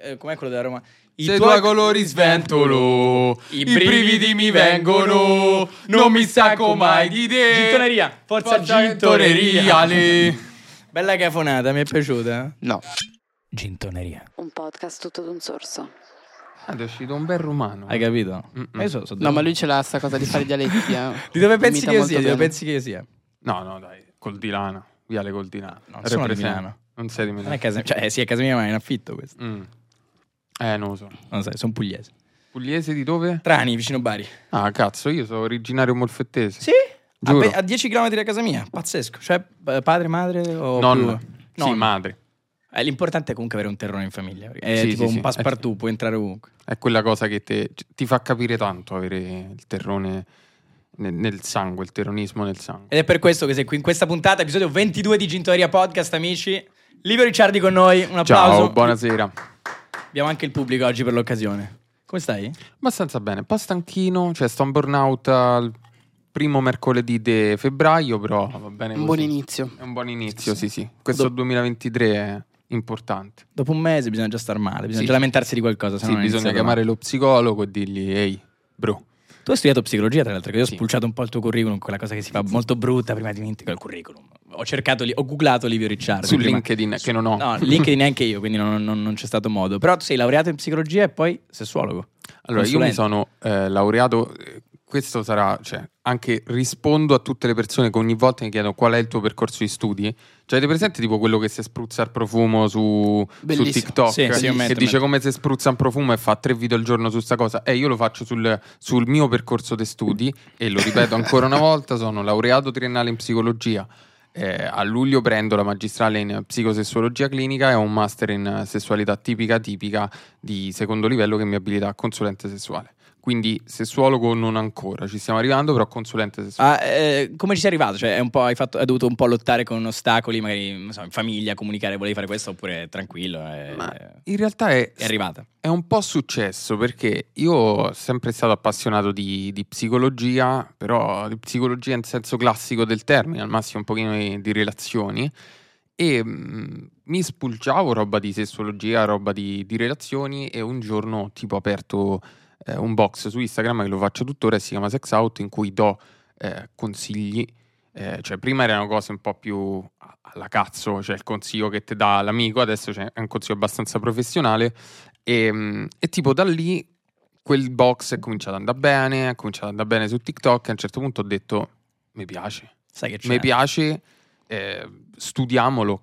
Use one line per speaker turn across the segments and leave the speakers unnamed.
eh, com'è quello della Roma? I
Se i tuoi colori sventolo, i brividi mi vengono, non mi stacco mai di te.
Gintoneria, forza, gintoneria.
gintoneria, lì.
Bella cafonata, mi è piaciuta.
No.
Gintoneria.
Un podcast tutto d'un sorso.
Ah, è uscito un bel romano.
Hai capito?
Mm-mm.
Ma io so, so
No, ma lui ce l'ha sta cosa di fare i dialetti. eh.
Di dove pensi
Imita
che io
molto
sia? Di dove
bene.
pensi che io sia?
No, no, dai, Coltilana, Viale Coltilana.
No, non sono di
Representa.
Milano.
Non sei di
Non
Milano.
è casa cioè, sì, è casa mia, ma è in affitto questo.
Mm. Eh, non lo so.
Non lo sai, sono pugliese.
Pugliese di dove?
Trani, vicino Bari.
Ah, cazzo, io sono originario molfettese.
Sì? A,
Giuro.
pe- a 10 km da casa mia, pazzesco. Cioè, eh, padre, madre o
Nonna.
più-
Sì,
Nonna.
madre.
Eh, l'importante è comunque avere un terrore in famiglia. È
Sì,
tipo
sì,
un
sì.
passepartout, puoi entrare ovunque.
È quella cosa che te- ti fa capire tanto avere il terrone nel, nel sangue, il terronismo nel sangue.
Ed è per questo che sei qui in questa puntata, episodio 22 di Gintoria Podcast, amici. Livio Ricciardi con noi, un applauso.
Ciao, buonasera.
Abbiamo anche il pubblico oggi per l'occasione. Come stai?
Abbastanza bene, un po' stanchino, cioè sto in burnout al primo mercoledì di febbraio, però va bene così.
Un buon inizio.
È un buon inizio, sì, sì. Questo 2023 è importante.
Dopo un mese bisogna già star male, bisogna
Sì.
già lamentarsi di qualcosa. se
Sì,
no non
bisogna
inizia
chiamare lo psicologo e dirgli, ehi, bro.
domani. Tu hai studiato psicologia, tra l'altro, che io ho
Sì.
spulciato un po' il tuo curriculum, quella cosa che si fa molto brutta prima dimentico il curriculum. Ho cercato, lì- ho googlato Livio Ricciardi.
Su
prima.
LinkedIn, che non ho.
No, LinkedIn neanche io, quindi non, non- non c'è stato modo. Però tu sei laureato in psicologia e poi sessuologo.
Allora, io mi
Consulente.
sono eh, laureato, eh, questo sarà, cioè, anche rispondo a tutte le persone che ogni volta mi chiedono qual è il tuo percorso di studi. Cioè, avete presente tipo quello che si spruzza il profumo su, su
Bellissimo.
TikTok?
Sì, sì, io
che
metto,
dice
metto.
come si spruzza un profumo e fa tre video al giorno su sta cosa. E io lo faccio sul, sul mio percorso di studi e lo ripeto ancora una volta, sono laureato triennale in psicologia. Eh, a luglio prendo la magistrale in psicosessuologia clinica e ho un master in eh, sessualità tipica tipica di secondo livello che mi abilita a consulente sessuale. Quindi sessuologo non ancora, ci stiamo arrivando, però consulente sessuale.
Ah, eh, come ci sei arrivato? Cioè, è un po', hai, fatto- hai dovuto un po' lottare con ostacoli, magari non so, in famiglia, comunicare, volevi fare questo oppure tranquillo. eh,
Ma
È
in realtà è,
arrivata.
È un po' successo perché io ho sempre stato appassionato di, di psicologia, però di psicologia in senso classico del termine, al massimo un pochino di, di relazioni, e mm, mi spulciavo roba di sessologia, roba di, di relazioni e un giorno tipo ho aperto eh, un box su Instagram che lo faccio tuttora e si chiama Sex Out in cui do eh, consigli eh, cioè, prima erano cose un po' più a- alla cazzo, cioè il consiglio che ti dà l'amico, adesso c'è è un consiglio abbastanza professionale. E, mm, e tipo da lì quel box è cominciato ad andare bene, è cominciato ad andare bene su TikTok e a un certo punto ho detto mi piace,
Sai che c'è.
mi piace, eh, studiamolo,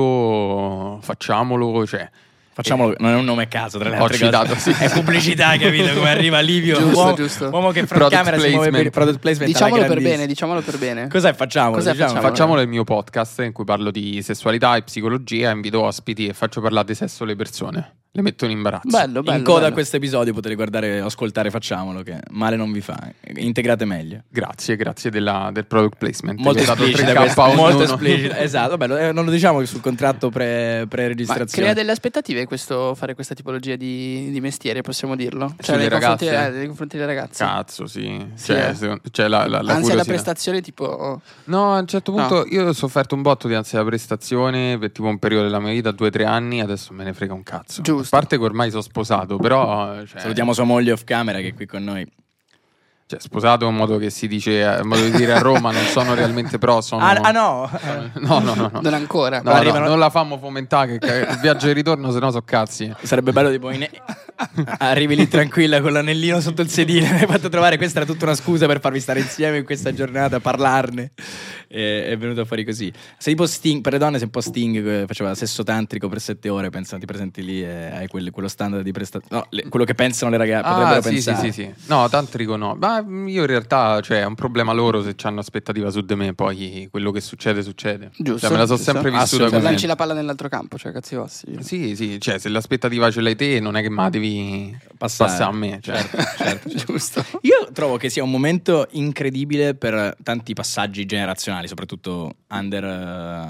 capiamolo, facciamolo, cioè
Facciamolo, non è un nome a caso, tra le
Ho
altre
citato,
cose.
sì.
È pubblicità, hai capito? Come arriva Livio,
Giusto,
uomo,
giusto.
uomo che fra
Product
camera si muove per
placement.
il product placement. alla
Diciamolo per
grandissima.
bene, diciamolo per bene.
Cos'è facciamolo?
Cos'è
diciamo?
facciamolo?
Facciamolo il mio podcast in cui parlo di sessualità e psicologia, invito ospiti e faccio parlare di sesso alle persone. Le metto in imbarazzo.
Bello, bello.
In coda a
bello.
questo episodio potete guardare, ascoltare, facciamolo, che male non vi fa. Integrate meglio.
Grazie, grazie della- del product placement.
Molto
Che è stato
esplicita,
3K
questa,
a
molto
ognuno.
esplicita. Esatto, vabbè, eh, non lo diciamo sul contratto pre,
Ma
registrazione
crea delle aspettative questo, fare questa tipologia di, di mestiere, possiamo dirlo? Cioè,
Sulle
nei confronti,
ragazze?
eh.
delle- nei confronti delle ragazze.
Cazzo, sì.
Sì,
Cioè,
eh.
secondo- cioè, la, la, la
Anzi, alla
curiosità.
prestazione, tipo. oh,
No, a un certo punto io ho sofferto un botto di ansia da prestazione per tipo un periodo della mia vita, due o tre anni, adesso me ne frega un cazzo.
Giusto.
A parte che ormai sono sposato, però... Cioè,
Salutiamo sua moglie off camera che è qui con noi.
Cioè, sposato è un modo che si dice, è un modo di dire a Roma, non sono realmente pro, sono...
Ah, ah, no!
No, no, no. no.
Non ancora. cioè,
No,
Arrivano-
no, non la fammo fomentare, che ca- il viaggio e ritorno, se no so cazzi.
Sarebbe bello tipo in- arrivi lì tranquilla con l'anellino sotto il sedile. Mi hai fatto trovare questa era tutta una scusa per farvi stare insieme in questa giornata, parlarne. E- è venuto fuori così. Sei tipo Sting, per le donne sei un po' Sting, eh, faceva sesso tantrico per sette ore, pensano ti presenti lì e hai quel- quello standard di prestazione. No, le- quello che pensano le ragazze potrebbero
Ah, sì,
pensare.
Sì, sì, sì. No, tantrico no. Ma mm, io in realtà, cioè, è un problema loro se hanno aspettativa su di me, poi quello che succede, succede.
Giusto,
Cioè, me la sono
giusto.
sempre vissuta
Assolutamente.
così.
lanci la palla nell'altro campo, cioè, cazzi vostri.
Sì, sì, cioè, se l'aspettativa ce l'hai te, non è che me la devi lasciavi
Passare.
passare a me. Cioè.
Certo, certo, certo.
Giusto.
Io trovo che sia un momento incredibile per tanti passaggi generazionali, soprattutto under, eh,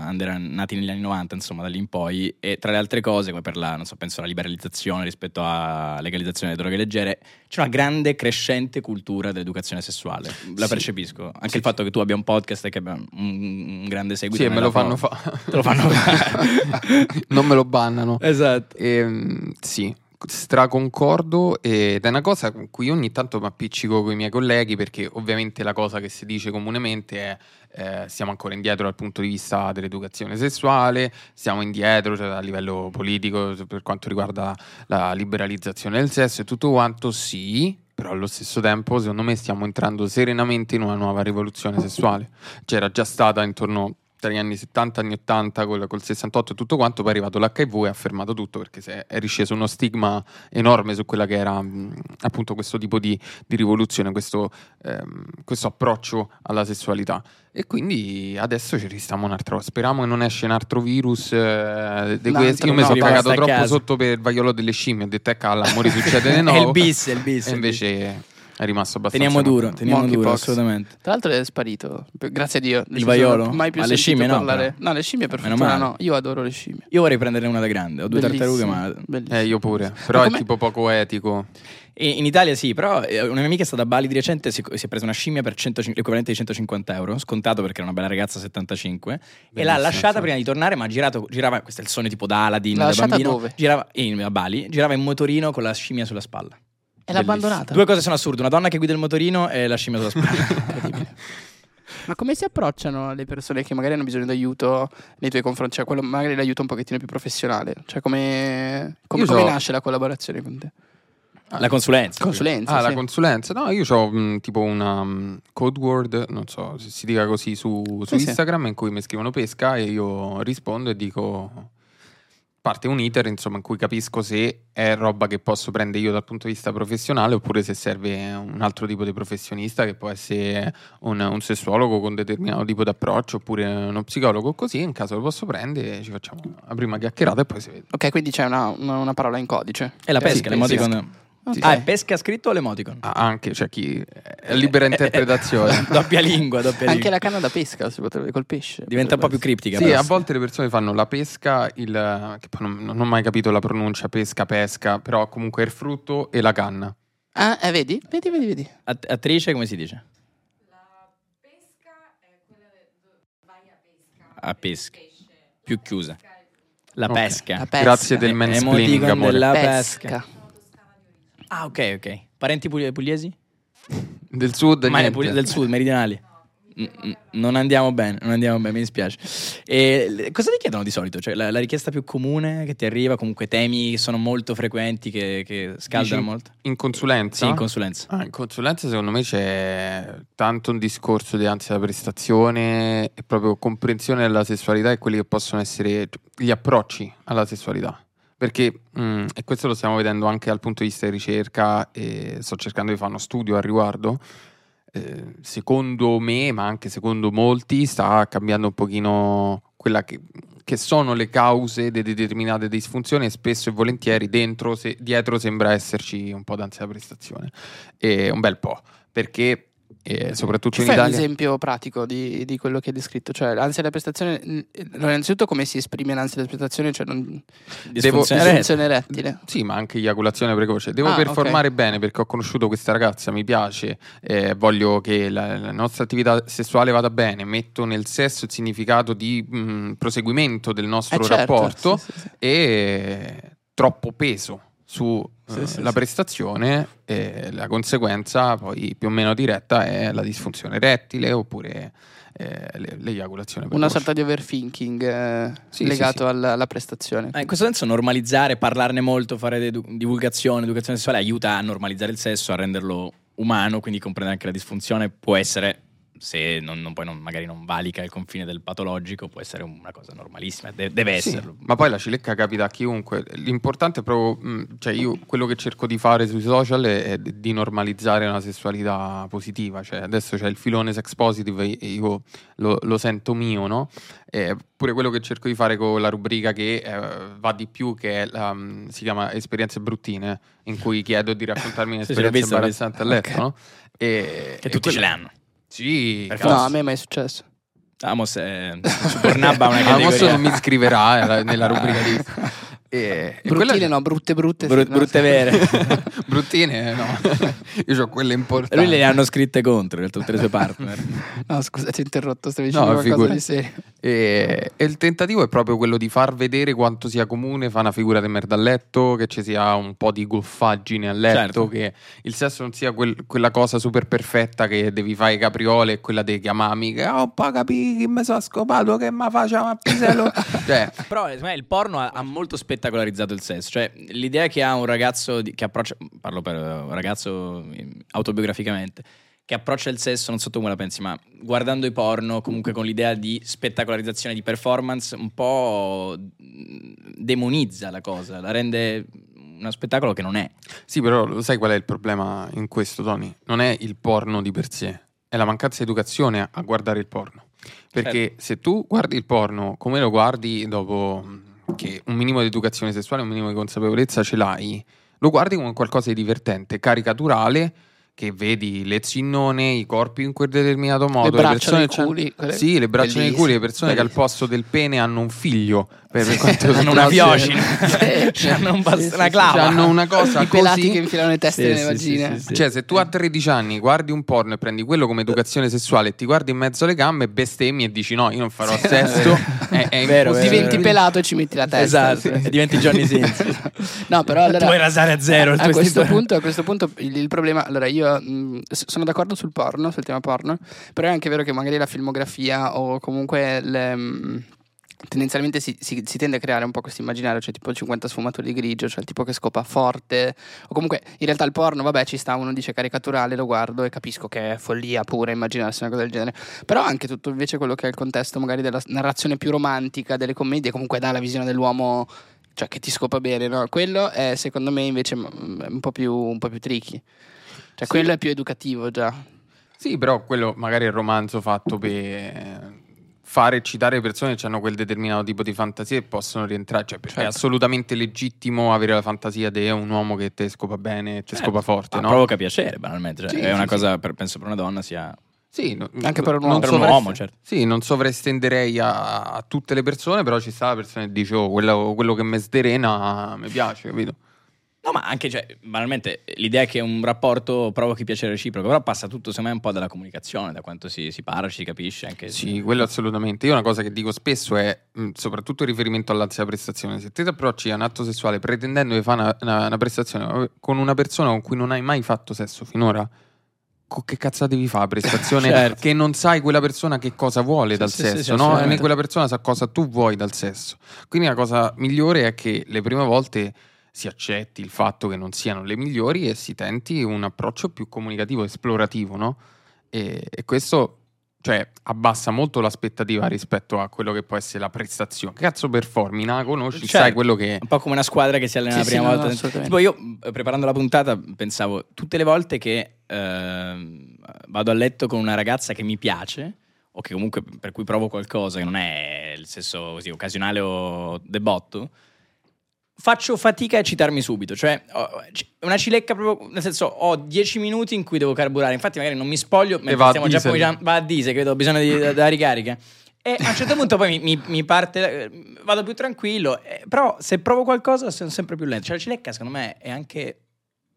under nati negli anni 90, insomma, da lì in poi. E tra le altre cose, come per la, non so, penso alla liberalizzazione rispetto alla legalizzazione delle droghe leggere, c'è una grande crescente cultura dell'educazione sessuale. La
Sì.
percepisco. Anche
Sì,
il fatto che tu abbia un podcast e che abbia un, un grande seguito.
Sì,
nella
me lo
fa-
fanno fare.
Te lo fanno fare.
non me lo bannano.
Esatto.
Ehm, sì, straconcordo ed è una cosa con cui ogni tanto mi appiccico con i miei colleghi perché ovviamente la cosa che si dice comunemente è eh, siamo ancora indietro dal punto di vista dell'educazione sessuale, siamo indietro cioè, a livello politico per quanto riguarda la liberalizzazione del sesso e tutto quanto, sì, però allo stesso tempo secondo me stiamo entrando serenamente in una nuova rivoluzione sessuale. C'era già stata intorno tra gli anni 70, anni 80, col, col 68 e tutto quanto, poi è arrivato l'HIV e ha fermato tutto perché si è, è risceso uno stigma enorme su quella che era mh, appunto questo tipo di, di rivoluzione, questo, ehm, questo approccio alla sessualità. E quindi adesso ci restiamo un altro. Speriamo che non esce un altro virus. eh, di questo. Io mi
no,
sono
basta,
cagato
a
troppo
casa.
sotto per il vaiolo delle scimmie. Ho detto, eh, calla, amore, succede di
È
nuovo.
il bis, è il bis, è
E
il bis.
invece è rimasto abbastanza.
Teniamo duro, teniamo duro,
Monkeypox.
assolutamente.
Tra l'altro è sparito, per- grazie a Dio. Nel senso,
vaiolo?
non ho Mai più
Ma le
sentito
scimmie no,
parlare.
però.
No, le scimmie per
Meno
fortuna
male.
no. Io adoro le scimmie.
Io vorrei prenderne una da grande, ho due tartarughe,
Bellissime,
ma
bellissime.
Eh, io pure. Però è
come-
tipo poco etico.
E in Italia sì, però eh, una mia amica è stata a Bali di recente, si, si è presa una scimmia per 105 l'equivalente di 150 euro, scontato perché era una bella ragazza 75, e l'ha
Bellissimo,
lasciata
sì.
prima di tornare, ma ha girato, girava, questo è il sogno tipo da Aladdin,
L'ha
da
lasciata
bambino,
dove?
girava in, a Bali, girava in motorino con la scimmia sulla spalla.
È l'abbandonata.
Due cose sono assurde, una donna che guida il motorino e la scimmia sulla spalla.
Incredibile. Ma come si approcciano le persone che magari hanno bisogno d'aiuto nei tuoi confronti? Cioè, quello magari l'aiuto un pochettino più professionale. Cioè, come, come,
Io
come
so-
nasce la collaborazione con te?
la consulenza.
Consulenza.
Ah,
sì.
la consulenza. No, io ho tipo una mh, code word, non so se si dica così, su, su
Sì, sì.
Instagram in cui mi scrivono pesca e io rispondo e dico... Parte un iter, insomma, in cui capisco se è roba che posso prendere io dal punto di vista professionale oppure se serve un altro tipo di professionista che può essere un, un sessuologo con determinato tipo di approccio oppure uno psicologo così, in caso lo posso prendere ci facciamo la prima chiacchierata e poi si vede.
Ok, quindi c'è una, una- una parola in codice.
E la
Eh, sì,
pesca, l'emoticon.
Sì,
Ah,
sì.
è pesca scritto o l'emoticon?
Ah, anche, cioè chi... è
Eh,
libera interpretazione.
doppia lingua, doppia
Anche
lingua.
la canna da pesca si potrebbe col pesce.
Diventa un po' più
potrebbe
criptica.
Sì,
però.
a volte le persone fanno la pesca, il, che poi non, non ho mai capito la pronuncia, pesca, pesca, però comunque il frutto e la canna.
essere. Ah, eh, vedi? Vedi, vedi, vedi.
Att- attrice, come si dice? La pesca è quella dove vai a pesca. Più chiusa. La
Ok.
pesca.
La pesca.
Grazie del
Eh,
mansplaining,
emoticon
amore.
della- La
pesca.
Ah, ok, ok. Parenti pugli- pugliesi?
Del sud,
Ma
niente.
pugli- del sud, meridionali. N- n- non andiamo bene, non andiamo bene, mi dispiace. E le- cosa ti chiedono di solito? Cioè, la, la richiesta più comune che ti arriva, comunque temi che sono molto frequenti, che, che scaldano
Dici-
molto?
In consulenza?
Sì, in consulenza.
Ah, in consulenza secondo me c'è tanto un discorso di ansia da prestazione e proprio comprensione della sessualità e quelli che possono essere gli approcci alla sessualità. Perché, mh, e questo lo stiamo vedendo anche dal punto di vista di ricerca, e sto cercando di fare uno studio al riguardo, eh, secondo me, ma anche secondo molti, sta cambiando un pochino quella che, che sono le cause di determinate disfunzioni e spesso e volentieri dentro, se- dietro sembra esserci un po' d'ansia da prestazione. E un bel po', perché eh, soprattutto
Ci
in
fai un
Italia...
esempio pratico di, di quello che hai descritto? Cioè, l'ansia da prestazione, n- allora, innanzitutto come si esprime l'ansia da prestazione? Cioè, non...
Disfunzione
Devo-
erettile.
disfunzione erettile.
Sì, ma anche eiaculazione precoce. Devo
Ah,
performare bene perché ho conosciuto questa ragazza, mi piace, eh, voglio che la, la nostra attività sessuale vada bene, metto nel sesso il significato di mh, proseguimento del
Eh,
nostro
certo,
rapporto
sì, sì, sì.
e troppo peso sulla
Sì, sì, sì.
prestazione e la conseguenza poi più o meno diretta è la disfunzione erettile oppure eh, le- l'eiaculazione precoce.
Una sorta di overthinking eh,
Sì,
legato
sì, sì.
Alla, alla prestazione.
Eh, in questo senso normalizzare, parlarne molto, fare edu- divulgazione, educazione sessuale aiuta a normalizzare il sesso, a renderlo umano, quindi comprendere anche la disfunzione può essere se non, non- poi non- magari non valica il confine del patologico, può essere una cosa normalissima, de- deve
Sì,
esserlo.
ma poi la cilecca capita a chiunque. L'importante è proprio, mh, cioè io quello che cerco di fare sui social è, è di di normalizzare una sessualità positiva. Cioè, adesso c'è il filone sex positive, e io lo, lo sento mio, no? E pure quello che cerco di fare con la rubrica che eh, va di più, che è la, mh, si chiama Esperienze bruttine, in cui chiedo di raccontarmi
Sì, sì, l'ho
un'esperienza
vista, l'ho vista. Ok.
imbarazzante a letto, no? E,
Che
e
tutti ce
quella-
l'hanno.
Sì,
Per
cazzo.
No,
forza.
a me è mai successo.
Amos è su Pornhub ha una
Ah, Amos
categoria.
non mi iscriverà eh, la- nella rubrica di- E, e quella-
Bruttine no, brutte brutte.
Brut-
sì, no,
brutte
sì.
vere.
Bruttine, no. Io ho quelle importanti.
Lui le hanno scritte contro in tutte le sue partner.
No, scusa, ti ho interrotto, stavi
No,
dicendo qualcosa
figurati.
di serio.
E, e il tentativo è proprio quello di far vedere quanto sia comune fa una figura di merda a letto, che ci sia un po' di goffaggine a letto,
Certo.
che il sesso non sia quel- quella cosa super perfetta che devi fare capriole e quella dei chiamami che "Ah, ho pa' capì che mi sono scopato che mi facciamo a pisello. cioè,
Però secondo me, il porno ha, ha molto spettacolarizzato il sesso. Cioè, l'idea che ha un ragazzo di- che approccia. Parlo per eh, un ragazzo eh, autobiograficamente. Che approccia il sesso, non so tu come la pensi, ma guardando i porno, comunque con l'idea di spettacolarizzazione di performance, un po' mh, demonizza la cosa, la rende uno spettacolo che non è.
Sì, però lo sai qual è il problema in questo, Tony? Non è il porno di per sé, è la mancanza di educazione a guardare il porno. Perché
Certo.
se tu guardi il porno come lo guardi dopo mh, che un minimo di educazione sessuale, un minimo di consapevolezza ce l'hai, lo guardi come qualcosa di divertente, caricaturale, che vedi le zinnone, i corpi in quel determinato modo,
braccia nei
che c'hanno-
culi, quelle-
Sì, le braccia nei
Bellissimo,
culi, le persone che al
bellissimo.
posto del pene hanno un figlio, per, per quanto
Hanno una
riguarda-
fiocina,
Sì.
hanno un bast-
Sì, sì,
una
sì,
clava.
Hanno una cosa
I pelati
così-
che infilano le teste
Sì,
nelle
sì,
vagine.
sì, Eh. sì, sì.
Cioè, se tu a 13 anni guardi un porno e prendi quello come educazione sessuale e ti guardi in mezzo alle gambe, bestemmi e dici no, io non farò
Sì,
sesso,
Vero,
è, è
vero,
impossibile.
Diventi pelato e ci metti la testa.
Esatto,
Sì.
e diventi Johnny Sins.
No, però allora...
Tu vuoi rasare a zero il
a
tuo
questo,
istinto-
punto, a questo punto il, il problema, allora io mh, s- sono d'accordo sul porno, sul tema porno, però è anche vero che magari la filmografia o comunque le, mh, tendenzialmente si, si- si tende a creare un po' questo immaginario, cioè tipo 50 sfumature di grigio, cioè il tipo che scopa forte, o comunque in realtà il porno, vabbè ci sta, uno dice caricaturale, lo guardo e capisco che è follia pure immaginarsi una cosa del genere, però anche tutto invece quello che è il contesto magari della s- narrazione più romantica delle commedie, comunque dà la visione dell'uomo cioè che ti scopa bene, no? Quello è secondo me invece mm, un po' più, un po' più tricky. Cioè, quello è più educativo già.
Sì, però quello magari è il romanzo fatto per fare eccitare persone che hanno quel determinato tipo di fantasia e possono rientrare. Cioè, perché
Certo.
è assolutamente legittimo avere la fantasia di un uomo che te scopa bene, te
Certo.
scopa forte,
Ah,
no?
Provoca piacere, banalmente. Cioè,
Sì,
è
sì,
una
sì.
cosa, per- penso, per una donna sia
Sì, no-
Anche per un uomo.
non
Per un
sovraest-
uomo, certo.
Sì, non sovraestenderei a, a tutte le persone, però ci sta la persona che dice, oh, quello, quello che mi sderena mi piace, capito?
No, ma anche, cioè, banalmente, l'idea è che un rapporto provochi piacere reciproco, però passa tutto, secondo me, un po' dalla comunicazione, da quanto si, si parla, ci si capisce, anche
Sì, quello assolutamente. Io una cosa che dico spesso è, mh, soprattutto in riferimento all'ansia della prestazione, se te ti approcci a un atto sessuale pretendendo di fare una, una- una prestazione con una persona con cui non hai mai fatto sesso finora, co- che cazzo devi fare la prestazione
Certo.
che non sai quella persona che cosa vuole
Sì,
dal
sì, sì, sì,
sesso, no?
assolutamente.
né quella persona sa cosa tu vuoi dal sesso. Quindi la cosa migliore è che le prime volte si accetti il fatto che non siano le migliori e si tenti un approccio più comunicativo, esplorativo, no? E, e questo cioè, abbassa molto l'aspettativa rispetto a quello che può essere la prestazione. Che cazzo performi? Na, conosci,
Certo.
sai quello che...
un po' come una squadra che si allena
Sì,
la
sì,
prima
no, no,
volta.
assolutamente.
tipo, io eh, preparando la puntata pensavo tutte le volte che ehm, vado a letto con una ragazza che mi piace o che comunque per cui provo qualcosa che non è il sesso così occasionale o debotto. Faccio fatica a citarmi subito, cioè ho- c- una cilecca proprio, nel senso ho 10 minuti in cui devo carburare, infatti magari non mi spoglio, mentre
va a
stiamo già
diesel.
cominciando- va a diesel, credo ho bisogno di- della ricarica. E a un certo punto poi mi, mi- mi parte, eh, vado più tranquillo, eh, però se provo qualcosa sono sempre più lento. Cioè la cilecca secondo me è anche,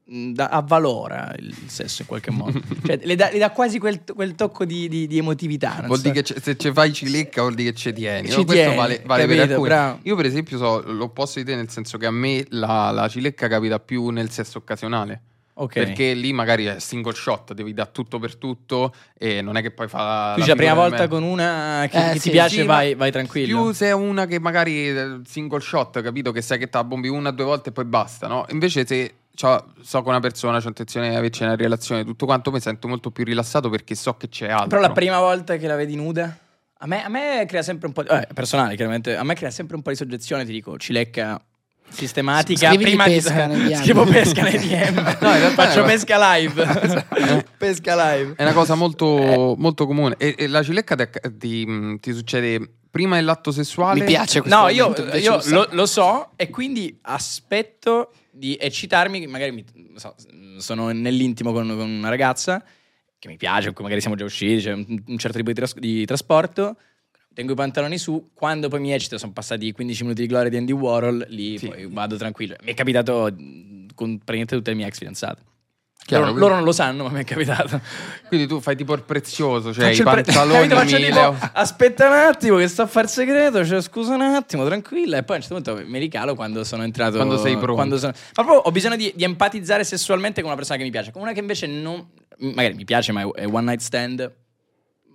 mh, da- avvalora il sesso in qualche modo, cioè le dà, le dà quasi quel, quel tocco di, di- di emotività. non
Vuol
so.
dire che c- se ci fai cilecca vuol dire che ci tieni.
Ci
no? Questo
tieni,
vale, vale per
capito,
alcuni.
bravo.
Io per esempio so l'opposto di te nel senso che a me la, la cilecca capita più nel sesso occasionale.
Ok.
Perché lì magari è single shot, devi dare tutto per tutto e non è che poi fa...
Tu
la
dici la prima
figura del
volta
merda.
con una che,
Eh,
che
sì,
ti piace,
Sì, ma
vai, vai tranquillo.
Più se è una che magari eh, single shot, capito? Che sai che te la bombi una o due volte e poi basta, no? Invece se c'ho- so che una persona, ho intenzione di averci una relazione, tutto quanto mi sento molto più rilassato perché so che c'è altro.
Però la prima volta che la vedi nuda, a me, a me crea sempre un po'. Di, eh, personale, chiaramente. A me crea sempre un po' di soggezione, ti dico, cilecca sistematica.
Scrivigli
prima
pesca nei DM.
Scrivo pesca nei DM.
No, in realtà
Faccio
era-
pesca live. pesca live. Eh.
È una cosa molto, molto comune. E, e la cilecca te- ti, mm, ti succede prima dell'atto sessuale?
Mi piace questo
No, io,
momento, mi piace
io
un sacco.
lo, lo so e quindi aspetto di eccitarmi, che magari mi- non so, sono nell'intimo con, con una ragazza che mi piace, o che magari siamo già usciti, c'è un, un certo tipo di, tras- di trasporto, tengo i pantaloni su, quando poi mi eccito, sono passati i 15 minuti di gloria di Andy Warhol, lì
Sì.
poi vado tranquillo. Mi è capitato mh, con praticamente tutte le mie ex fidanzate.
Chiaro,
loro,
quindi-
loro non lo sanno, ma mi è capitato.
Quindi tu fai tipo il prezioso, cioè
Faccio
i
il pre-
pantaloni
capito? Faccio tipo,
mille-
aspetta un attimo che sto a far segreto cioè, scusa un attimo tranquilla e poi a un certo punto mi ricalo quando sono entrato
Quando sei pronto.
quando sono- ma proprio ho bisogno di, di empatizzare sessualmente con una persona che mi piace con una che invece non magari mi piace ma è è one night stand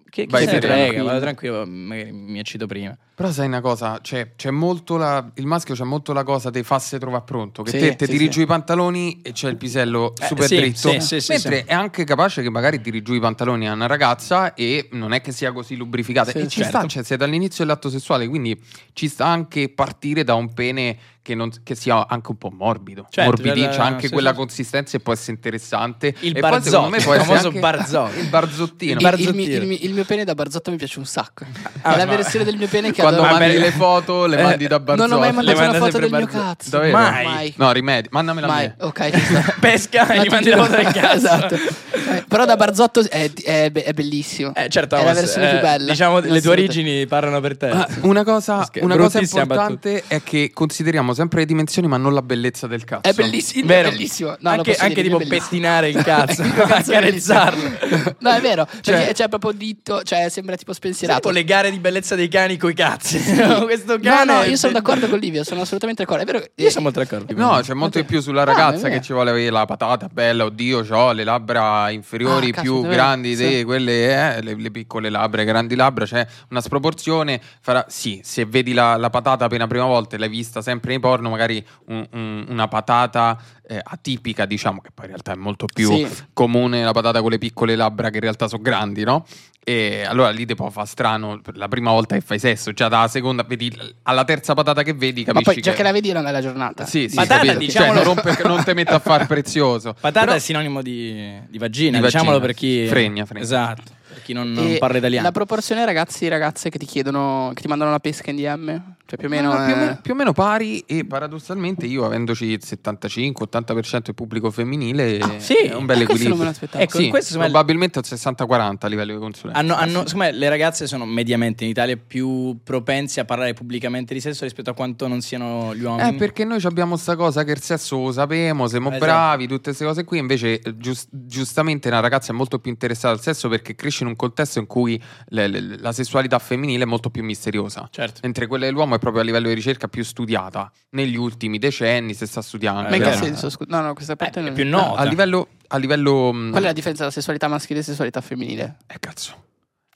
che, chi
Vai
se ne
sereno.
frega vado tranquillo magari mi eccito prima
Però sai una cosa, cioè, c'è molto la, il maschio c'è molto la cosa dei fasse trova pronto, che
Sì,
te, te
sì,
dirigi
sì.
i pantaloni e c'è il pisello
Eh,
super
sì,
dritto,
sì, sì, sì,
mentre
sì.
è anche capace che magari dirigi i pantaloni a una ragazza e non è che sia così lubrificata
Sì,
e ci
certo.
sta, cioè sei dall'inizio dell'atto sessuale, quindi ci sta anche partire da un pene che, non- che sia anche un po' morbido,
Certo,
morbidice,
cioè,
anche
sì,
quella
sì.
consistenza e può essere interessante
Il
e poi secondo me
barzotto,
può
il
essere
famoso
anche-
barzotto.
il barzottino.
Il
Il, il
barzottino.
mi- il mi- il mio pene da barzotto mi piace un sacco.
Ah,
è la
ma-
versione del mio pene che
quando
adoro.
vabbè,
mandi
Vabbè.
le foto le
Eh,
mandi da
non
Barzotto
non ho mai
Le
mandato una
manda
foto
sempre
del mio
Barzotto.
cazzo.
Davvero?
Mai.
Mai.
No, rimedi, mandamela a
Mai. Oh.
me.
Ok. ci sta.
pesca
Ma
e gli
ti
mandi la
giuro-
foto del cazzo
Esatto. Eh, Però da Barzotto è, è be- è bellissimo.
Eh, certo,
è la
Thomas,
versione
eh,
più bella.
diciamo le tue
Assolutamente.
origini parlano per te
Ah, una cosa,
Scher-
una cosa
bruttissima battuta.
importante è che consideriamo sempre le dimensioni, ma non la bellezza del cazzo.
È bellissimo,
Vero.
è bellissimo. No, lo
anche,
posso
anche
dire,
tipo
è bellissimo.
pettinare il cazzo,
Il mio cazzo è bellissimo.
accarezzarlo.
No, è vero, perché
Cioè-
c'è proprio dito, cioè sembra tipo spensierato.
Tipo le gare di bellezza dei cani coi cazzi. Questo
No,
cane.
no, io sono d'accordo con Livio, sono assolutamente d'accordo. È vero che-
Io sono molto d'accordo.
No, c'è molto di più sulla
No,
ragazza
ma è
che
vero.
ci vuole avere la patata bella, oddio, ho le labbra inferiori
Ah, cazzo,
più
davvero?
grandi
Sì.
di quelle, eh, le, le piccole labbra, grandi labbra, c'è una sproporzione. Farà, sì, se vedi la, la patata per la prima volta e l'hai vista sempre nei porno, magari un- un- una patata eh, atipica, diciamo, che poi in realtà è molto più
Sì.
comune la patata con le piccole labbra che in realtà sono grandi, no? E allora lì ti può fa strano per la prima volta che fai sesso, già dalla seconda, vedi, alla terza patata che vedi,
Ma
capisci
poi già che la vedi non è la giornata.
sì, sì,
Patata,
capito.
diciamo.
diciamolo.
Cioè, non, rompe- non te metta a far prezioso.
Patata
Però-
è sinonimo di, di vagina,
Di
diciamolo
vagina.
per chi.
Fregna, fregna.
Esatto, per chi non,
E
non parla italiano.
La proporzione ragazzi e ragazze che ti chiedono, che ti mandano la pesca in DM, cioè più o meno...
No, no, più, o
eh,
meno, più o meno pari e paradossalmente io avendoci il 75-80% del pubblico femminile
Ah, sì?
è un bel
Eh, questo
equilibrio.
non me l'aspettavo.
Ecco,
Sì,
questo, insomma,
probabilmente un 60-40 a livello di consulenza.
Ah,
Eh,
Hanno, hanno- secondo me le ragazze sono mediamente in Italia più propense a parlare pubblicamente di sesso rispetto a quanto non siano gli uomini.
Eh, perché noi abbiamo sta cosa che il sesso lo sapemo, siamo
Esatto.
bravi, tutte queste cose qui. Invece, eh, gius- giustamente, una ragazza è molto più interessata al sesso perché cresce in un contesto in cui le- le- la sessualità femminile è molto più misteriosa.
Certo.
Eh,
Mentre quella dell'uomo è proprio a livello di ricerca più studiata negli ultimi decenni, se sta studiando.
Ma in che
Eh, no.
senso? Scusa, no, no, questa parte
Eh,
non...
è più
no.
nota.
A livello. A livello mh,
Qual è la differenza tra sessualità maschile e sessualità femminile?
Eh, cazzo.